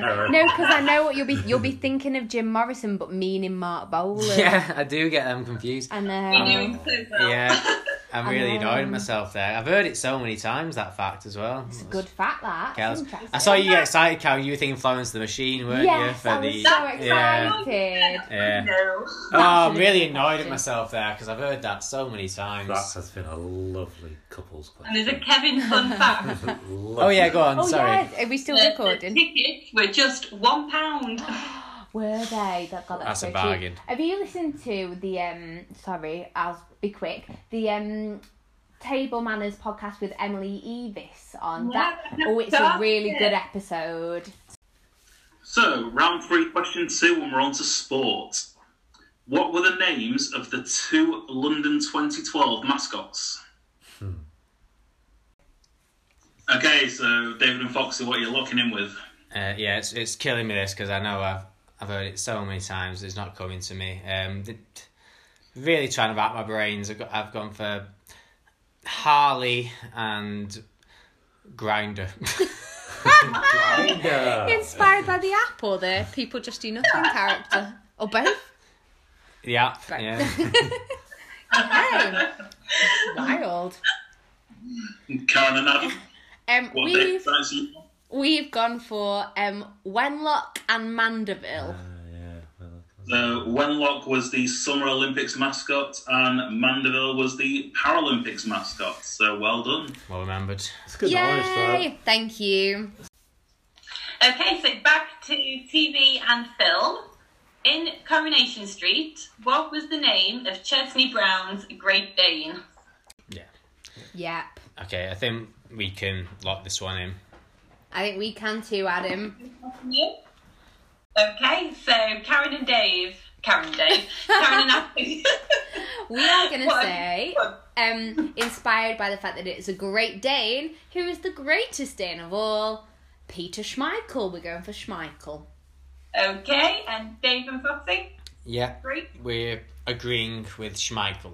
Speaker 5: Karen.
Speaker 3: no, because I know what you'll be you'll be thinking of Jim Morrison, but meaning Mark um, Bowler.
Speaker 1: Yeah, I do get them confused.
Speaker 3: I know.
Speaker 6: You know him so well.
Speaker 1: Yeah, I'm
Speaker 3: I
Speaker 1: really
Speaker 3: know.
Speaker 1: annoying myself there. I've heard it so many times that fact as well.
Speaker 3: It's a
Speaker 1: That's-
Speaker 3: good fact that.
Speaker 1: Okay, I was-
Speaker 3: It's interesting.
Speaker 1: I saw you get excited, Cal. You were thinking Florence and the Machine, weren't you?
Speaker 3: Yes, I was so excited.
Speaker 1: Yeah. Yeah.
Speaker 6: No.
Speaker 1: Oh, I'm
Speaker 3: That's
Speaker 1: really
Speaker 3: an
Speaker 1: annoyed at
Speaker 3: exception.
Speaker 1: myself there because I've heard that so many times.
Speaker 5: That has been a lovely couples
Speaker 6: And
Speaker 5: question.
Speaker 6: there's a Kevin fun fact.
Speaker 1: Oh yeah, go on.
Speaker 3: Oh
Speaker 1: sorry.
Speaker 3: yes, are we still
Speaker 1: Uh,
Speaker 6: The-
Speaker 3: recording?
Speaker 6: The tickets were just one pound.
Speaker 3: Were they? That, God,
Speaker 1: That's
Speaker 3: so
Speaker 1: a
Speaker 3: cheap.
Speaker 1: bargain.
Speaker 3: Have you listened to the um? Sorry, I'll be quick. The um, Table Manners podcast with Emily Evis on that. Oh, it's a really good episode.
Speaker 2: So, round three, question two, and we're on to sport. What were the names of the two London 2012 mascots?
Speaker 5: Hmm.
Speaker 2: Okay, so David and Foxy, what are you locking in with?
Speaker 1: Uh, yeah, it's it's killing me this because I know I've I've heard it so many times. It's not coming to me. Um, th- really trying to wrap my brains. I've, got, I've gone for Harley and Grinder.
Speaker 3: Inspired by the app or the people just do nothing character or both.
Speaker 1: the app.
Speaker 3: Right.
Speaker 1: Yeah.
Speaker 3: Oh, wild.
Speaker 2: Karen and Adam,
Speaker 3: Um,
Speaker 2: what they
Speaker 3: we've
Speaker 2: that's you.
Speaker 3: we've gone for um Wenlock and Mandeville.
Speaker 5: Uh,
Speaker 2: So, Wenlock was the Summer Olympics mascot, and Mandeville was the Paralympics mascot. So, well done.
Speaker 1: well remembered.
Speaker 5: It's good knowledge,
Speaker 3: Yay! Thank you.
Speaker 6: Okay, so back to TV and film. In Coronation Street, what was the name of Chesney Brown's Great Dane?
Speaker 3: Yep.
Speaker 1: Okay, I think we can lock this one in.
Speaker 3: I think we can too, Adam.
Speaker 6: Okay, so Karen and Dave. Karen and Dave. Karen and Adam.
Speaker 3: We are going to
Speaker 6: What?
Speaker 3: say, um, inspired by the fact that it's a Great Dane, who is the greatest Dane of all, Peter Schmeichel. We're going for Schmeichel.
Speaker 6: Okay, and Dave and Foxy.
Speaker 1: Yeah,
Speaker 6: Great.
Speaker 1: we're agreeing with Schmeichel.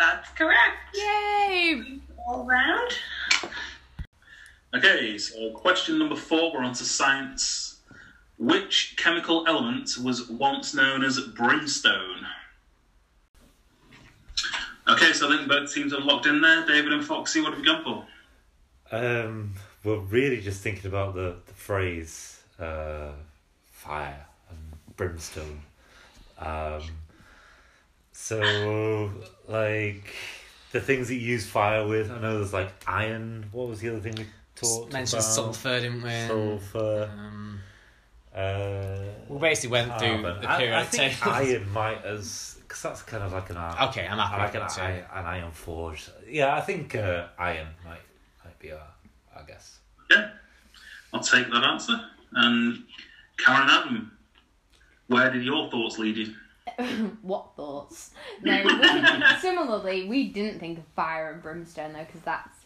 Speaker 6: That's correct.
Speaker 3: Yay!
Speaker 6: All round.
Speaker 2: Okay, so question number four, we're on to science. Which chemical element was once known as brimstone? Okay, so I think both teams are locked in there. David and Foxy, what have we gone for?
Speaker 5: though. Um, we're really just thinking about the, the phrase uh, fire and brimstone. Um, so, like, the things that you use fire with, I know there's like iron. What was the other thing we talked
Speaker 1: Mentioned
Speaker 5: about?
Speaker 1: sulfur, didn't we?
Speaker 5: Sulfur.
Speaker 1: Um,
Speaker 5: Uh,
Speaker 1: we basically went through
Speaker 5: carbon.
Speaker 1: the period
Speaker 5: Ah, I, I think
Speaker 1: table.
Speaker 5: iron might as because that's kind of like an iron.
Speaker 1: Okay, I'm happy
Speaker 5: I like
Speaker 1: with
Speaker 5: an,
Speaker 1: that too.
Speaker 5: iron, an iron forge. Yeah, I think uh, iron might might be our, I guess.
Speaker 2: Yeah, I'll take that answer. And Karen Adam, where did your thoughts lead you?
Speaker 3: What thoughts? No, we- similarly, we didn't think of fire and brimstone though, because that's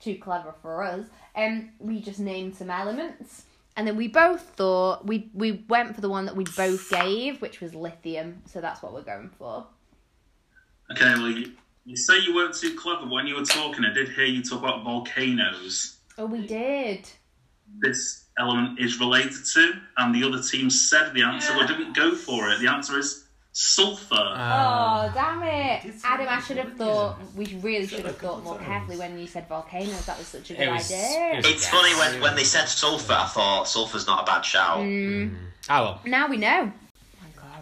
Speaker 3: too clever for us. Um, we just named some elements, and then we both thought we we went for the one that we both gave, which was lithium. So that's what we're going for.
Speaker 2: Okay, well, you, you say you weren't too clever, but when you were talking, I did hear you talk about volcanoes.
Speaker 3: Oh, we did.
Speaker 2: this element is related to, and the other team said the answer but didn't go for it. The answer is sulfur.
Speaker 1: Uh,
Speaker 3: Oh, damn
Speaker 5: we
Speaker 3: it.
Speaker 5: did say
Speaker 3: Adam, I
Speaker 5: we
Speaker 3: should
Speaker 5: wouldn't
Speaker 3: have thought,
Speaker 5: use
Speaker 3: we really should
Speaker 5: Should
Speaker 3: have
Speaker 5: have
Speaker 3: thought more
Speaker 5: done
Speaker 3: carefully when you said volcanoes. That was such a
Speaker 1: It
Speaker 3: good
Speaker 1: was-
Speaker 3: idea.
Speaker 1: it was-
Speaker 4: It's funny when, when they said sulphur, I thought sulphur's not a bad shout.
Speaker 3: Mm,
Speaker 1: oh well.
Speaker 3: now we know.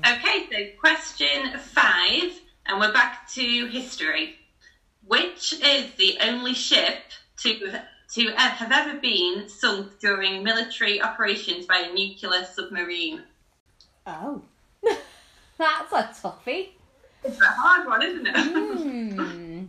Speaker 6: Okay, so question five, and we're back to history. Which is the only ship to to e- have ever been sunk during military operations by a nuclear submarine?
Speaker 3: Oh. That's a toughie.
Speaker 6: It's a hard one, isn't it?
Speaker 3: Hmm.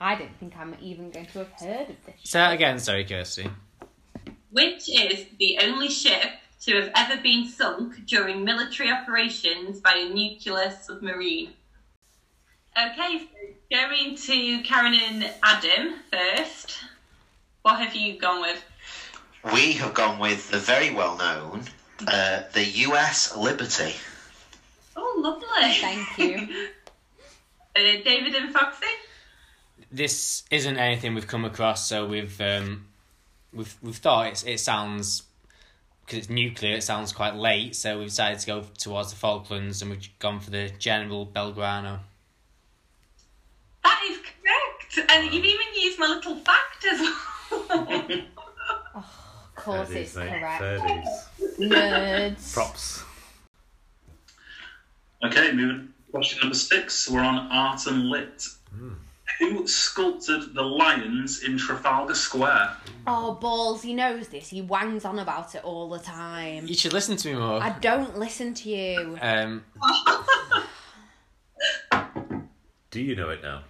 Speaker 3: I don't think I'm even going to have heard of this.
Speaker 1: Say that again, sorry, Kirsty.
Speaker 6: Which is the only ship to have ever been sunk during military operations by a nuclear submarine? Okay, so going to Karen and Adam first. What have you gone with?
Speaker 4: We have gone with the very well known, uh, the US Liberty.
Speaker 6: Oh, lovely.
Speaker 3: Thank you.
Speaker 6: Uh, David and Foxy?
Speaker 1: This isn't anything we've come across, so we've um, we've we've thought it's, it sounds because it's nuclear. It sounds quite late, so we've decided to go towards the Falklands, and we've gone for the General Belgrano.
Speaker 6: That is And you've even used my little fact as well.
Speaker 3: Of course, it's
Speaker 5: mate,
Speaker 3: correct.
Speaker 5: 30s.
Speaker 3: Nerds.
Speaker 1: Props.
Speaker 2: Okay, moving. Question number six. We're on art and lit. Who sculpted the lions in Trafalgar Square?
Speaker 3: Oh balls! He knows this. He wangs on about it all the time.
Speaker 1: You should listen to me more.
Speaker 3: I don't listen to you.
Speaker 1: Um,
Speaker 5: Do you know it now?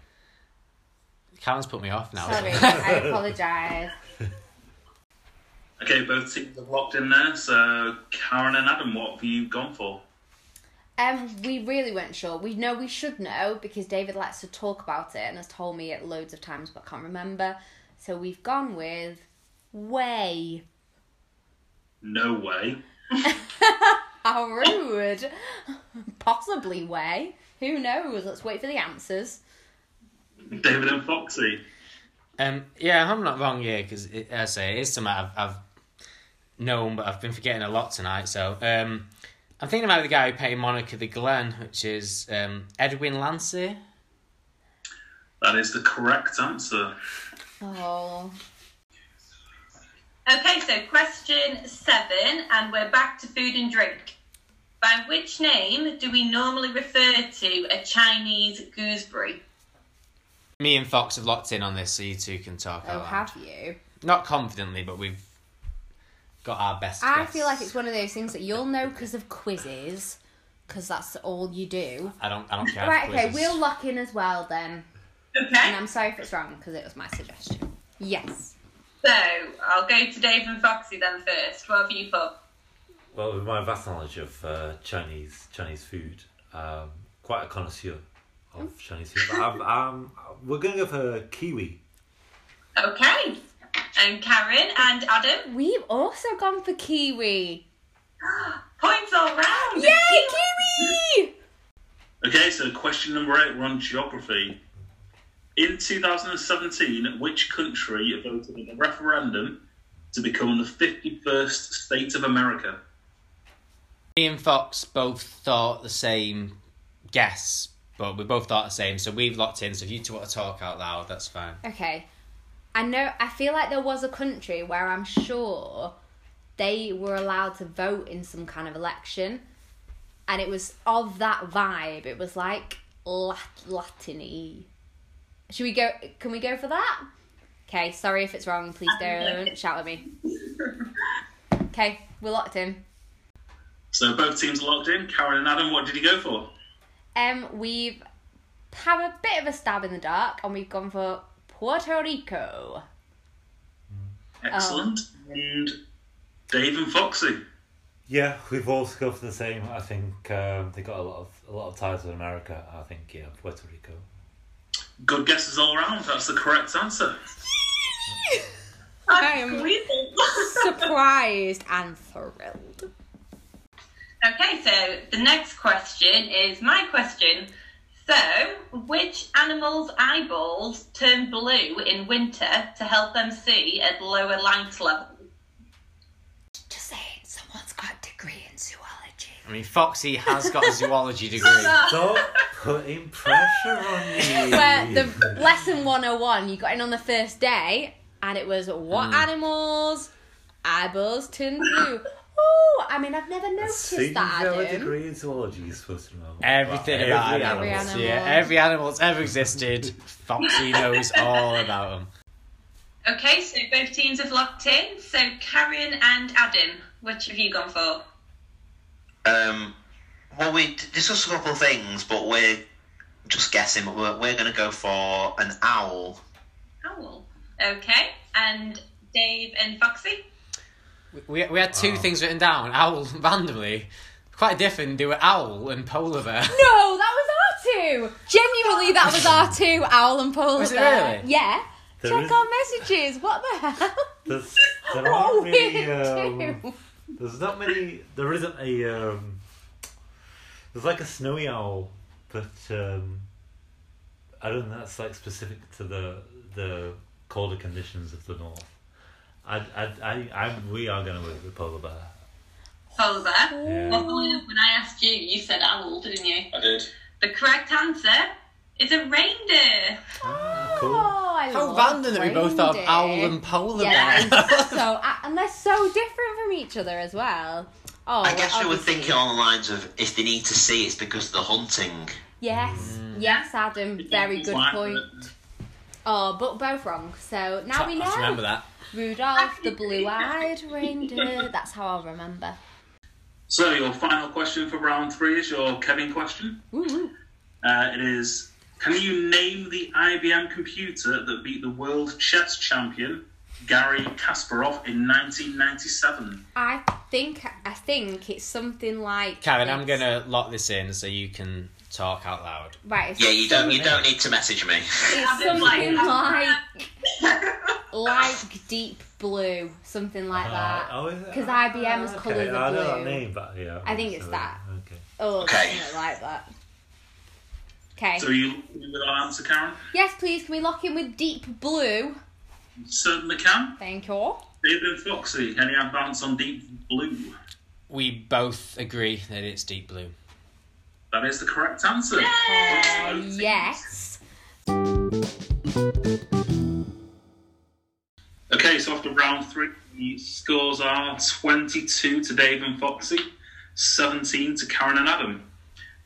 Speaker 1: Karen's put me off now.
Speaker 3: Sorry, I apologise.
Speaker 2: Okay, both teams have locked in there. So, Karen and Adam, what have you gone for?
Speaker 3: Um, we really weren't sure. We know we should know because David likes to talk about it and has told me it loads of times, but can't remember. So we've gone with way.
Speaker 2: No way.
Speaker 3: How rude! Possibly way. Who knows? Let's wait for the answers.
Speaker 2: David and Foxy.
Speaker 1: Um, yeah, I'm not wrong here because I say it is something I've, I've known, but I've been forgetting a lot tonight. So um, I'm thinking about the guy who painted Monica the Glen, which is um, Edwin Lancy.
Speaker 2: That is the correct answer.
Speaker 3: Oh,
Speaker 6: Okay, so question seven, and we're back to food and drink. By which name do we normally refer to a Chinese gooseberry?
Speaker 1: Me and Fox have locked in on this, so you two can talk. out
Speaker 3: oh,
Speaker 1: loud.
Speaker 3: have you?
Speaker 1: Not confidently, but we've got our best.
Speaker 3: I
Speaker 1: guess.
Speaker 3: feel like it's one of those things that you'll know because of quizzes, because that's all you do.
Speaker 1: I don't. I don't care.
Speaker 3: Right, okay,
Speaker 1: Quizzes.
Speaker 3: we'll lock in as well then. And
Speaker 6: Okay,
Speaker 3: I'm sorry if it's wrong because it was my suggestion. Yes.
Speaker 6: so I'll go to Dave and Foxy then first. What have you put?
Speaker 5: Well, with my vast knowledge of uh, Chinese Chinese food, um, quite a connoisseur
Speaker 3: Hmm.
Speaker 5: of Chinese food. But I'm, um, we're going to go for kiwi.
Speaker 6: Okay, and Karen and Adam,
Speaker 3: We've also gone for kiwi.
Speaker 6: points all round.
Speaker 3: Yay, kiwi!
Speaker 2: Okay, so question number eight. We're on geography. In 2017, which country voted in a referendum to become the 51st state of America?
Speaker 1: Me and Fox both thought the same guess, but we both thought the same, so we've locked in. So if you two want to talk out loud, that's fine.
Speaker 3: Okay. I know, I feel like there was a country where I'm sure they were allowed to vote in some kind of election. And it was of that vibe. It was like Lat- Latiny. Should we go? Can we go for that? Okay, sorry if it's wrong. Please don't shout at me. Okay, we're locked in.
Speaker 2: So both teams are locked in. Karen and Adam, what did you go
Speaker 3: Oh.
Speaker 2: for?
Speaker 3: Um, we've had a bit of a stab in the dark, and we've gone for Puerto Rico.
Speaker 2: Excellent. And Dave and Foxy.
Speaker 5: Yeah, we've also gone for the same. I think um, they got a lot of a lot of ties with America. I think yeah, Puerto Rico.
Speaker 2: Good guesses all round. That's the correct answer.
Speaker 3: I
Speaker 6: I'm
Speaker 3: am-
Speaker 6: squeezing.
Speaker 3: Surprised and thrilled.
Speaker 6: Okay, so the next question is my question. So, which animal's eyeballs turn blue in winter to help them see at lower light levels?
Speaker 3: Just saying, someone's got a degree in zoology.
Speaker 1: I mean, Foxy has got a zoology degree.
Speaker 5: Stop putting pressure on me.
Speaker 3: Where the lesson 101, you got in on the first day, and it was what animals? Eyeballs turn blue. Oh, I mean, I've never noticed that.
Speaker 5: Singular
Speaker 3: Adam.
Speaker 5: degree in zoology is supposed to know.
Speaker 1: Everything about
Speaker 5: every
Speaker 1: animals.
Speaker 5: animal.
Speaker 3: animal.
Speaker 1: Yeah, every animal that's ever existed, Foxy knows all about them.
Speaker 6: Okay, so both teams have locked in. So, Karen and Adam, which have you gone for?
Speaker 4: Um, well, we d- discussed a couple of things, but we're just guessing. But we're, we're going to go for an owl.
Speaker 6: Owl. Okay, and Dave and Foxy?
Speaker 1: We, we had two
Speaker 5: Wow.
Speaker 1: things written down owl randomly. Quite different. They were owl and polar bear.
Speaker 3: No, that was R2. Genuinely, that was R2, Owl and Polar
Speaker 1: Was it
Speaker 3: Bear.
Speaker 1: really?
Speaker 3: Yeah.
Speaker 5: There
Speaker 3: Check
Speaker 5: is-
Speaker 3: our messages. What the hell?
Speaker 5: There's, there
Speaker 3: What
Speaker 5: aren't
Speaker 3: we
Speaker 5: really.
Speaker 3: do?
Speaker 5: Um, There's not many. There isn't a. Um, there's like a snowy owl, but um, I don't know. That's like specific to the the colder conditions of the north. I I I, I we are going to work with polar bear.
Speaker 6: Polar bear.
Speaker 5: Yeah.
Speaker 6: Well, when I asked you, you said owl, didn't you?
Speaker 2: I did.
Speaker 6: The correct answer is a reindeer.
Speaker 5: Of cool.
Speaker 3: Oh, I
Speaker 1: How
Speaker 3: love
Speaker 1: random that we both thought of
Speaker 3: Blondie.
Speaker 1: owl and polar
Speaker 3: Yeah,
Speaker 1: bear.
Speaker 3: that is so uh, and they're so different from each other as well. Oh,
Speaker 4: I guess we were
Speaker 3: obviously-
Speaker 4: thinking along the lines of if they need to see, it's because of the hunting.
Speaker 3: Yes,
Speaker 1: Mm.
Speaker 3: yes, Adam, very good point. Oh, but both wrong. So now we
Speaker 1: I have to remember
Speaker 3: know
Speaker 1: that.
Speaker 3: Rudolph the blue-eyed reindeer. That's how I'll remember.
Speaker 2: So your final question for round three is your Kevin question.
Speaker 3: Ooh, ooh.
Speaker 2: Uh, it is: Can you name the IBM computer that beat the world chess champion Gary Kasparov in 1997?
Speaker 3: I think I think it's something like
Speaker 1: Karen, I'm
Speaker 3: it's-
Speaker 1: gonna lock this in so you can talk out loud.
Speaker 3: right. It's,
Speaker 4: Yeah, you don't you don't need to message me.
Speaker 3: it's
Speaker 6: Adam's like,
Speaker 3: something
Speaker 6: "I'm
Speaker 3: like like deep blue, something
Speaker 1: Uh,
Speaker 3: like that.
Speaker 5: Oh, is it? Ah,
Speaker 3: Because IBM was colour
Speaker 5: Okay,
Speaker 3: the blue.
Speaker 5: I know that name, but yeah.
Speaker 3: I think it's
Speaker 5: so-
Speaker 3: that.
Speaker 5: Okay.
Speaker 3: Oh,
Speaker 4: Okay.
Speaker 3: something like that. Okay.
Speaker 2: So are you looking with our answer, Karen?
Speaker 3: yes, please. Can we lock in with deep blue?
Speaker 2: You Certainly can.
Speaker 3: Thank you.
Speaker 2: David and Foxy, any advance on Deep Blue?
Speaker 1: We both agree that it's deep blue.
Speaker 2: That is the correct answer.
Speaker 3: Uh, yes.
Speaker 2: Okay, so after round three, the scores are 22 to Dave and Foxy, 17 to Karen and Adam.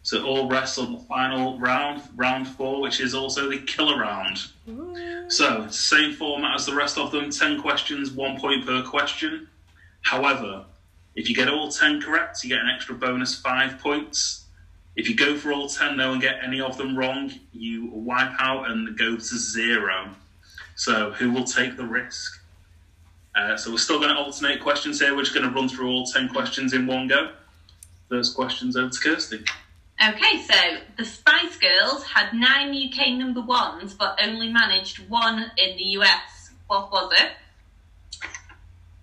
Speaker 2: So all rests on the final round, round four, which is also the killer round. So, same format as the rest of them 10 questions, one point per question. However, if you get all 10 correct, you get an extra bonus five points. If you go for all 10 though and get any of them wrong, you wipe out and go to zero. So, who will take the risk? Uh, so, we're still going to alternate questions here. We're just going to run through all 10 questions in one go. First question's over to Kirsty.
Speaker 6: Okay, so the Spice Girls had nine UK number ones, but only managed one in the US. What was it?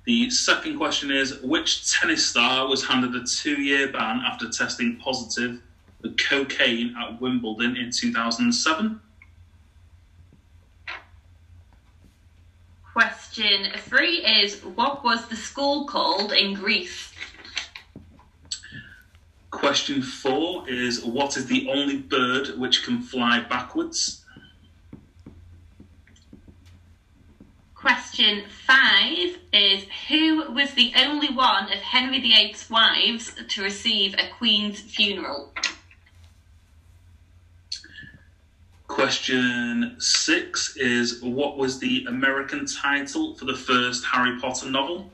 Speaker 2: The second question is Which tennis star was handed a two year ban after testing positive for cocaine at Wimbledon in 2007?
Speaker 6: Question three is what was the school called in Greece?
Speaker 2: Question four is What is the only bird which can fly backwards?
Speaker 6: Question five is who was the only one of Henry VIII's wives to receive a Queen's funeral?
Speaker 2: Question six is What was the American title for the first Harry Potter novel?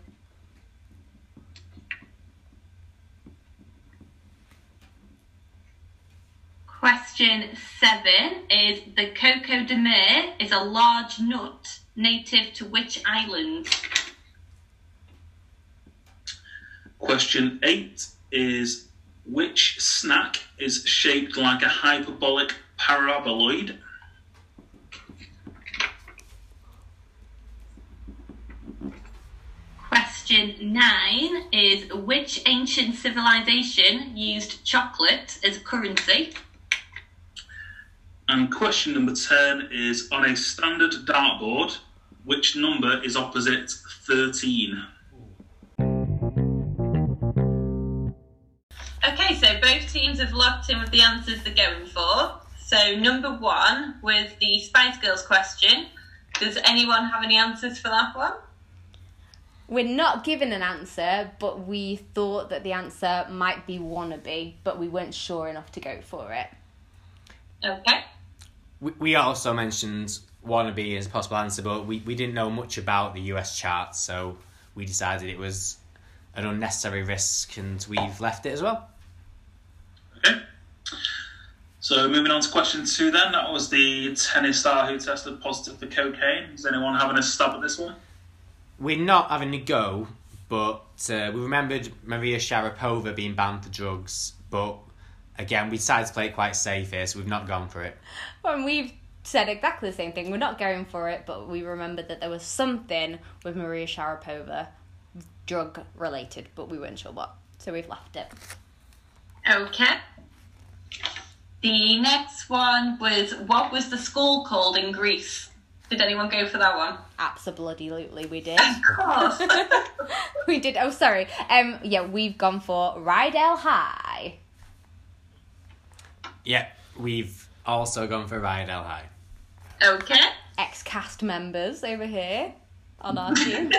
Speaker 6: Question seven is the Coco de Mer is a large nut native to which island?
Speaker 2: Question eight is Which snack is shaped like a hyperbolic paraboloid?
Speaker 6: Question nine is which ancient civilization used chocolate as a currency?
Speaker 2: And question number 10 is on a standard dartboard, which number is opposite 13?
Speaker 6: Okay, so both teams have locked in with the answers they're going for. So number one was the Spice Girls question. Does anyone have any answers for that one?
Speaker 3: We're not given an answer, but we thought that the answer might be wannabe, but we weren't sure enough to go for it.
Speaker 6: Okay.
Speaker 1: We, we also mentioned wannabe as a possible answer, but we, we didn't know much about the US charts, so we decided it was an unnecessary risk and we've left it as well.
Speaker 2: Okay. So moving on to question two then. That was the tennis star who tested positive for cocaine. Is anyone having a stab at this one?
Speaker 1: We're not having a go, but uh, we remembered Maria Sharapova being banned for drugs, but again, we decided to play it quite safe here, so we've not gone for it.
Speaker 3: And we've said exactly the same thing. We're not going for it, but we remembered that there was something with Maria Sharapova, drug related, but we weren't sure what. So we've left it.
Speaker 6: Okay. The next one was what was the school called in Greece? Did anyone go for that one?
Speaker 3: Absolutely, we did.
Speaker 6: Of course.
Speaker 3: we did. Oh, sorry. Um, yeah, we've gone for Rydell High.
Speaker 1: Yeah, we've also gone for Rydell High.
Speaker 6: okay.
Speaker 3: cast members over here on our team.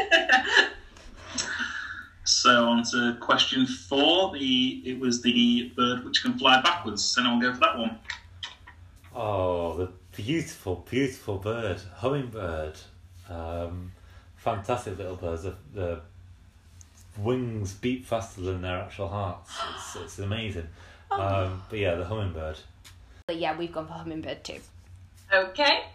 Speaker 2: So on to question four. The it was the bird which can fly backwards. So now we'll go for that one.
Speaker 5: Oh, the beautiful, beautiful bird, hummingbird. Um, fantastic little birds. The, the wings beat faster than their actual hearts. It's, it's amazing.
Speaker 3: Oh.
Speaker 5: Um, but yeah, the hummingbird.
Speaker 3: but yeah, we've gone for hummingbird too.
Speaker 6: Okay.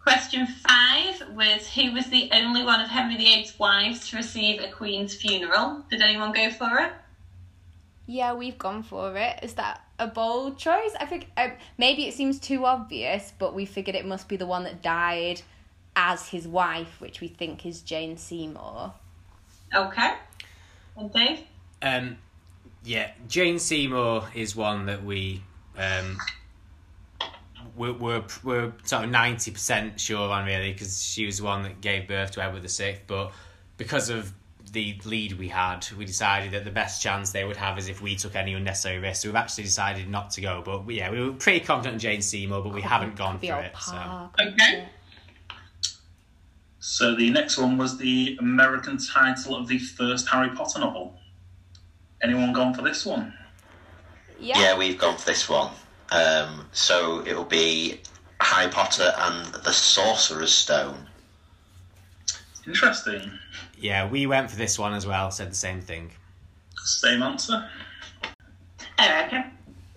Speaker 6: Question five was Who was the only one of Henry VIII's wives to receive a Queen's funeral? Did anyone go for it?
Speaker 3: Yeah, we've gone for it. Is that a bold choice? I think um, maybe it seems too obvious, but we figured it must be the one that died as his wife, which we think is Jane Seymour.
Speaker 6: Okay. And Dave?
Speaker 1: Um, yeah, Jane Seymour is one that we um, we're, we're we're sort of ninety percent sure on really because she was the one that gave birth to Edward the Sixth. But because of the lead we had, we decided that the best chance they would have is if we took any unnecessary risks. So we've actually decided not to go. But yeah, we were pretty confident in Jane Seymour, but we haven't gone
Speaker 3: Be
Speaker 1: for
Speaker 3: our
Speaker 1: it. So
Speaker 3: par,
Speaker 6: Okay.
Speaker 3: couldn't it?
Speaker 2: So the next one was the American title of the first Harry Potter novel. Anyone gone for this one?
Speaker 3: Yeah.
Speaker 4: Yeah, we've gone for this one. Um, so it'll be Harry Potter and the Sorcerer's Stone.
Speaker 2: Interesting.
Speaker 1: yeah, we went for this one as well. Said the same thing.
Speaker 2: Same answer.
Speaker 6: Oh, okay.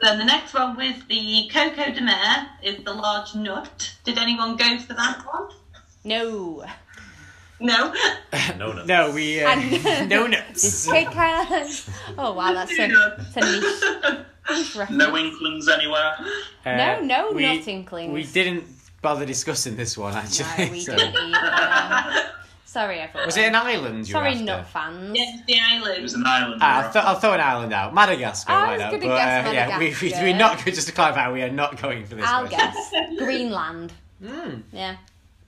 Speaker 6: Then the next one was the Coco de Mer is the large nut. Did anyone go for that one?
Speaker 3: No.
Speaker 6: No.
Speaker 5: No, no.
Speaker 1: No, we uh,
Speaker 3: And-
Speaker 1: no nuts.
Speaker 3: Take care. Oh wow, that's a, that's a niche, niche reference.
Speaker 2: No inklings anywhere.
Speaker 3: No,
Speaker 1: Uh,
Speaker 3: no,
Speaker 1: we-
Speaker 3: not inklings.
Speaker 1: We didn't bother discussing this one actually.
Speaker 3: No, we
Speaker 1: so-
Speaker 3: didn't either. Sorry, everyone.
Speaker 1: Was it an island? You
Speaker 3: Sorry,
Speaker 1: were after?
Speaker 3: nut fans.
Speaker 6: Yes, the
Speaker 2: It was
Speaker 6: island.
Speaker 2: an island.
Speaker 1: Ah, I'll, th- I'll throw an island out. Madagascar.
Speaker 3: I
Speaker 1: why
Speaker 3: was
Speaker 1: not?
Speaker 3: gonna
Speaker 1: But,
Speaker 3: guess
Speaker 1: uh, yeah, we, we,
Speaker 3: Madagascar.
Speaker 1: we're not just to clarify. We are not going for this.
Speaker 3: I'll
Speaker 1: version.
Speaker 3: guess Greenland.
Speaker 1: Mm,
Speaker 3: Yeah,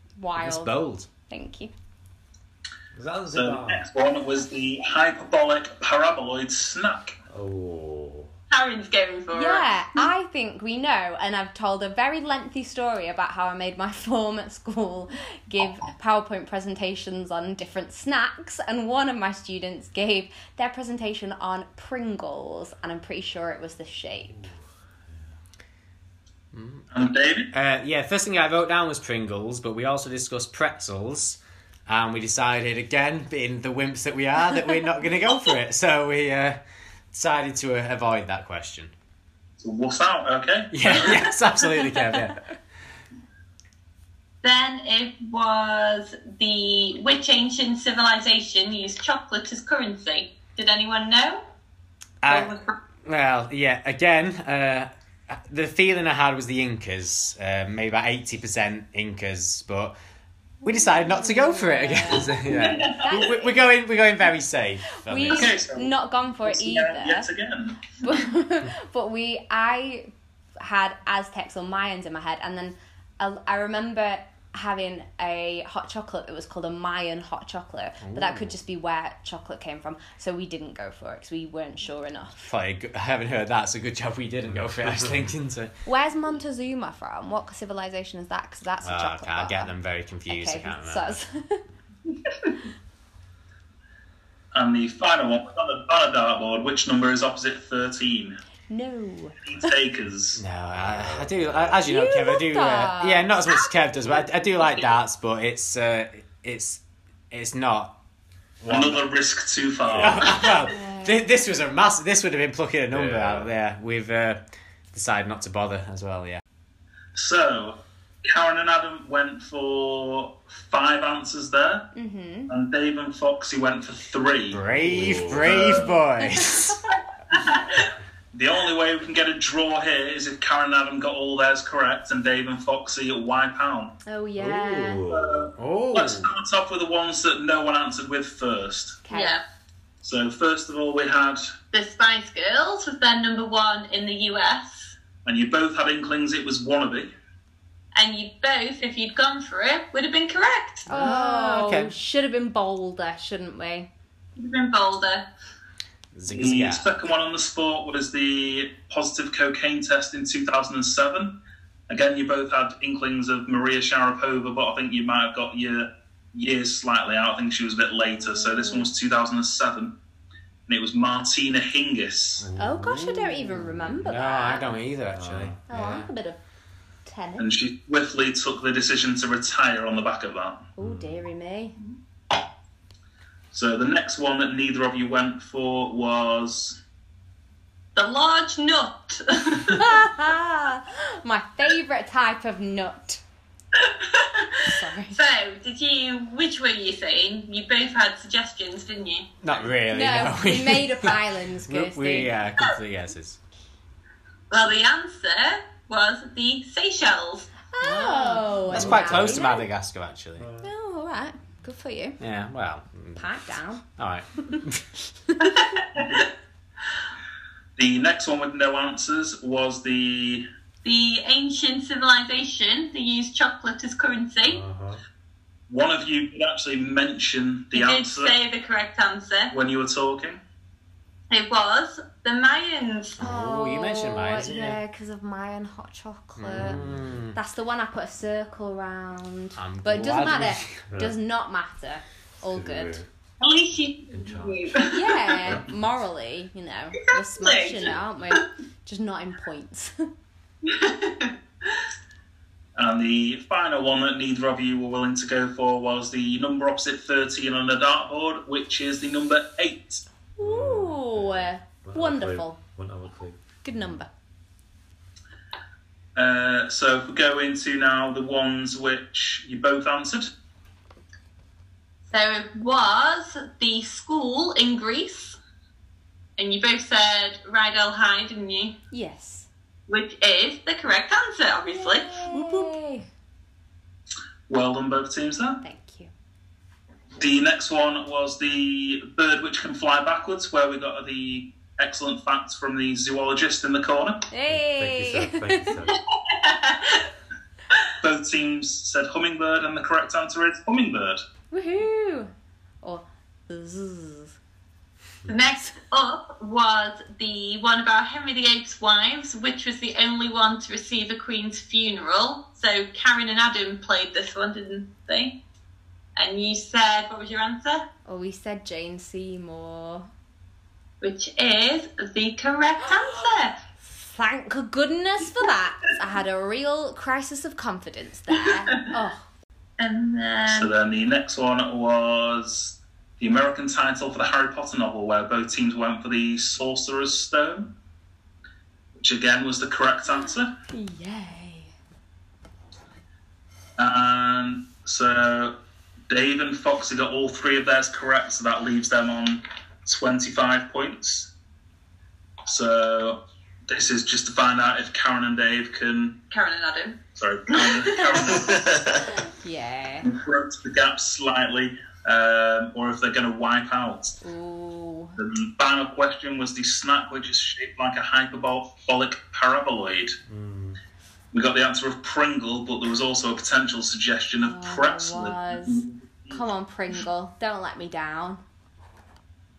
Speaker 1: it's
Speaker 3: wild.
Speaker 1: bold.
Speaker 3: Thank you.
Speaker 2: So the
Speaker 5: Zanzibar.
Speaker 2: next one was the hyperbolic paraboloid snack.
Speaker 5: Oh.
Speaker 6: Karen's going for it.
Speaker 3: Yeah, I think we know, and I've told a very lengthy story about how I made my form at school give PowerPoint presentations on different snacks, and one of my students gave their presentation on Pringles, and I'm pretty sure it was the shape.
Speaker 2: And David,
Speaker 1: Uh, yeah, first thing I wrote down was Pringles, but we also discussed pretzels, and we decided again, being the wimps that we are, that we're not going to go for it. So we uh, decided to uh, avoid that question.
Speaker 2: so what's out? Okay.
Speaker 1: Yeah, yes, absolutely, Kev. Yeah.
Speaker 6: Then it was the which ancient civilization used chocolate as currency? Did anyone know?
Speaker 1: Uh, Well, yeah, again, uh, the feeling I had was the Incas, uh, maybe about 80% Incas, but we decided not to go for it again. So, yeah. We- we- we're, going, we're going very safe. on
Speaker 3: We've
Speaker 1: this.
Speaker 2: Okay, so- uh,
Speaker 3: not gone for it
Speaker 2: Once
Speaker 3: either.
Speaker 2: again, Yet again.
Speaker 3: but, but we I had Aztecs or Mayans in my head, and then I, I remember having a hot chocolate that was called a Mayan hot chocolate, but that could just be where chocolate came from. So we didn't go for it because we weren't sure enough.
Speaker 1: Probably, g- I haven't heard that, so good job we didn't go for it. I was thinking to.
Speaker 3: Where's Montezuma from? What civilization is that? Because that's a
Speaker 1: Ah,
Speaker 3: chocolate.
Speaker 1: okay, I
Speaker 3: bar.
Speaker 1: get them very confused. I
Speaker 3: Okay,
Speaker 1: can't remember.
Speaker 3: sus.
Speaker 2: And the final one on the, on the dartboard, which number is opposite 13?
Speaker 3: no.
Speaker 2: Takers.
Speaker 1: No, I, I do. I, as you, know,
Speaker 3: You
Speaker 1: Kev, I
Speaker 3: love
Speaker 1: do. Uh,
Speaker 3: darts.
Speaker 1: yeah, not as much as Kev does, but I, I do like darts. But it's uh, it's it's not
Speaker 2: Another risk too far.
Speaker 1: well, th- this was a massive. This would have been plucking a number
Speaker 5: Yeah.
Speaker 1: out there. We've uh, decided not to bother as well. Yeah.
Speaker 2: So, Karen and Adam went for five answers there,
Speaker 3: Mm-hmm.
Speaker 2: and Dave and Foxy went for three.
Speaker 1: Brave,
Speaker 5: Ooh.
Speaker 1: brave boys.
Speaker 2: The only way we can get a draw here is if Karen and Adam got all theirs correct and Dave and Foxy wipe out.
Speaker 3: Oh yeah.
Speaker 5: Ooh.
Speaker 1: oh,
Speaker 2: Let's start off with the ones that no one answered with first.
Speaker 3: Okay.
Speaker 6: Yeah.
Speaker 2: So, first of all, we had,
Speaker 6: The Spice Girls was their number one in the US.
Speaker 2: and you both had inklings it was Wannabe.
Speaker 6: And you both, if you'd gone for it, would have been correct.
Speaker 1: Ah,
Speaker 3: Oh,
Speaker 1: okay.
Speaker 3: should have been bolder, shouldn't we?
Speaker 6: Would have been bolder.
Speaker 1: Zig-
Speaker 2: The
Speaker 1: yeah.
Speaker 2: second one on the sport was the positive cocaine test in 2007. Again, you both had inklings of Maria Sharapova, but I think you might have got your years slightly out. I think she was a bit later. So this one was 2007, and it was Martina Hingis.
Speaker 3: Oh gosh, I don't even remember
Speaker 1: No, I
Speaker 3: that.
Speaker 1: don't either, actually.
Speaker 3: Oh, I like a bit of tennis.
Speaker 2: And she swiftly took the decision to retire on the back of that.
Speaker 3: Oh dearie me.
Speaker 2: So the next one that neither of you went for was
Speaker 6: The large nut.
Speaker 3: My favourite type of nut. Sorry.
Speaker 6: so, did you? Which were you saying? You both had suggestions, didn't you?
Speaker 1: Not really. No,
Speaker 3: No, we made up islands,
Speaker 1: We- uh,
Speaker 3: Kirsty.
Speaker 1: We yeah, complete yeses.
Speaker 6: Well, the answer was the Seychelles.
Speaker 3: Oh,
Speaker 1: That's quite
Speaker 3: wow.
Speaker 1: close to Madagascar, actually.
Speaker 3: Oh, all right. Good for you.
Speaker 1: Yeah. Well. mm,
Speaker 3: Pipe down.
Speaker 1: All right. Hmm.
Speaker 2: the next one with no answers was the
Speaker 6: The ancient civilization that used chocolate as currency.
Speaker 2: Uh,
Speaker 5: Uh-huh.
Speaker 2: one of you did actually mention the
Speaker 6: you did
Speaker 2: answer
Speaker 6: say the correct answer.
Speaker 2: when you were talking.
Speaker 6: It was the Mayans.
Speaker 1: Oh, you mentioned mine, didn't you?
Speaker 3: Yeah, because of mine hot chocolate.
Speaker 1: Mm.
Speaker 3: That's the one I put a circle round.
Speaker 1: I'm
Speaker 3: but it doesn't
Speaker 1: glad
Speaker 3: matter.
Speaker 5: we-
Speaker 3: Does not matter. All good.
Speaker 6: At least you
Speaker 5: charge.
Speaker 3: Yeah, morally, you know, we're smashing it, aren't we? Just not in points.
Speaker 2: And the final one that neither of you were willing to go for was the number opposite 13 on the dartboard, which is the number 8.
Speaker 3: Ooh, wonderful.
Speaker 5: Won't have a clue.
Speaker 3: Good number.
Speaker 2: Uh, so if we go into now the ones which you both answered.
Speaker 6: So it was the school in Greece, and you both said Rydell High, didn't you?
Speaker 3: Yes.
Speaker 6: Which is the correct answer, obviously.
Speaker 3: Yay.
Speaker 2: Well done, both teams there.
Speaker 3: Thank you.
Speaker 2: The next one was the bird which can fly backwards, where we got the excellent facts from the zoologist in the corner.
Speaker 3: Hey.
Speaker 5: Thank you, sir. Thank you, sir.
Speaker 2: Both teams said hummingbird, and the correct answer is hummingbird.
Speaker 3: Woohoo! Or zzz.
Speaker 6: The next up was the one about Henry VIII's wives, which was the only one to receive a Queen's funeral. So Karen and Adam played this one, didn't they? And you said, what was your answer?
Speaker 3: Or we said Jane Seymour.
Speaker 6: Which is the correct answer.
Speaker 3: Thank goodness for that. I had a real crisis of confidence there. Oh,
Speaker 6: And
Speaker 2: So then
Speaker 6: then
Speaker 2: the next one was the American title for the Harry Potter novel, where both teams went for the Sorcerer's Stone, which again was the correct answer.
Speaker 3: yay.
Speaker 2: And so Dave and Foxy got all three of theirs correct, so that leaves them on 25 points. So this is just to find out if Karen and Dave can.
Speaker 6: Karen and Adam.
Speaker 2: Sorry, Karen, Karen
Speaker 3: Yeah.
Speaker 2: can close the gap slightly, um, or if they're going to wipe out.
Speaker 3: Ooh.
Speaker 2: The final question was the snack which is shaped like a hyperbolic paraboloid.
Speaker 5: Mm.
Speaker 2: We got the answer of Pringle, but there was also a potential suggestion of
Speaker 3: Oh,
Speaker 2: pretzel.
Speaker 3: was. Come on, Pringle. Don't let me down.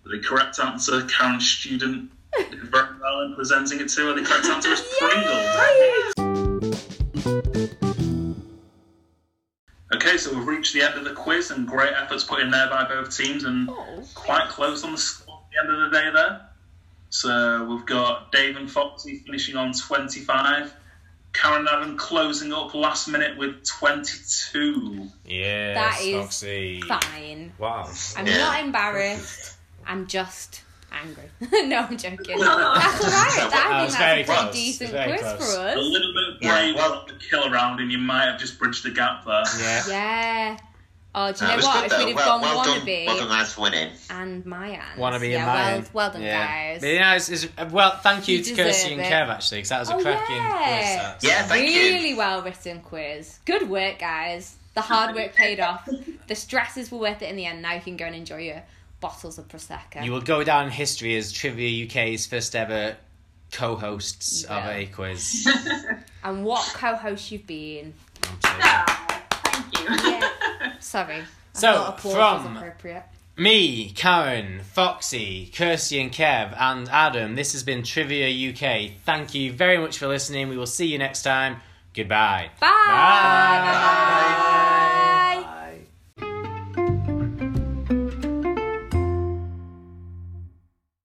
Speaker 2: The correct answer, Karen Student, did very well in presenting it to her. The correct answer is Pringle. Okay, so we've reached the end of the quiz, and great efforts put in there by both teams, and
Speaker 3: Oh.
Speaker 2: quite close on the score at the end of the day there. So we've got Dave and Foxy finishing on 25. Karen and Adam closing up last minute with 22.
Speaker 1: Yeah.
Speaker 3: That is
Speaker 1: Foxy.
Speaker 3: Fine.
Speaker 5: Wow.
Speaker 3: I'm
Speaker 4: Yeah.
Speaker 3: not embarrassed. I'm just angry. no, I'm joking. That's all
Speaker 6: Oh,
Speaker 3: right.
Speaker 1: That
Speaker 3: I
Speaker 1: was
Speaker 3: think
Speaker 1: very
Speaker 3: that's a
Speaker 1: close.
Speaker 3: pretty decent
Speaker 1: Very
Speaker 3: quiz
Speaker 1: close.
Speaker 2: A
Speaker 3: for us.
Speaker 2: little bit
Speaker 4: Oh. Yeah,
Speaker 2: brave
Speaker 4: well-
Speaker 2: on the kill around, and you might have just bridged the gap there.
Speaker 1: Yeah.
Speaker 3: Yeah. Oh, do you
Speaker 4: That
Speaker 3: know
Speaker 4: was
Speaker 3: what?
Speaker 4: good,
Speaker 3: if
Speaker 4: though.
Speaker 3: we'd have
Speaker 4: well,
Speaker 3: gone
Speaker 4: well done,
Speaker 3: wannabe
Speaker 4: well done, lads, for winning.
Speaker 3: and my aunt.
Speaker 1: Wannabe
Speaker 3: yeah,
Speaker 1: and mine.
Speaker 3: Well, well done,
Speaker 1: yeah. But
Speaker 3: guys.
Speaker 1: yeah, it's, it's, well, thank you,
Speaker 3: You
Speaker 1: to Kirsty
Speaker 3: deserve
Speaker 1: and
Speaker 3: it.
Speaker 1: Kev actually, because that was a
Speaker 3: Oh,
Speaker 1: cracking
Speaker 3: yeah.
Speaker 1: quiz. That,
Speaker 4: Yeah, thank
Speaker 3: really
Speaker 4: you.
Speaker 3: well written quiz. Good work, guys. The hard work paid off. The stresses were worth it in the end. Now you can go and enjoy your bottles of prosecco.
Speaker 1: You will go down in history as Trivia UK's first ever co-hosts
Speaker 3: Yeah.
Speaker 1: of a quiz.
Speaker 3: and what co-host you've been?
Speaker 1: I'm joking.
Speaker 6: Ah, Thank you.
Speaker 3: Sorry. I
Speaker 1: So,
Speaker 3: thought applause
Speaker 1: from-
Speaker 3: was appropriate.
Speaker 1: Me, Karen, Foxy, Kirsty and Kev, and Adam, this has been Trivia UK. Thank you very much for listening. We will see you next time. Goodbye.
Speaker 3: Bye.
Speaker 1: Bye.
Speaker 3: Bye.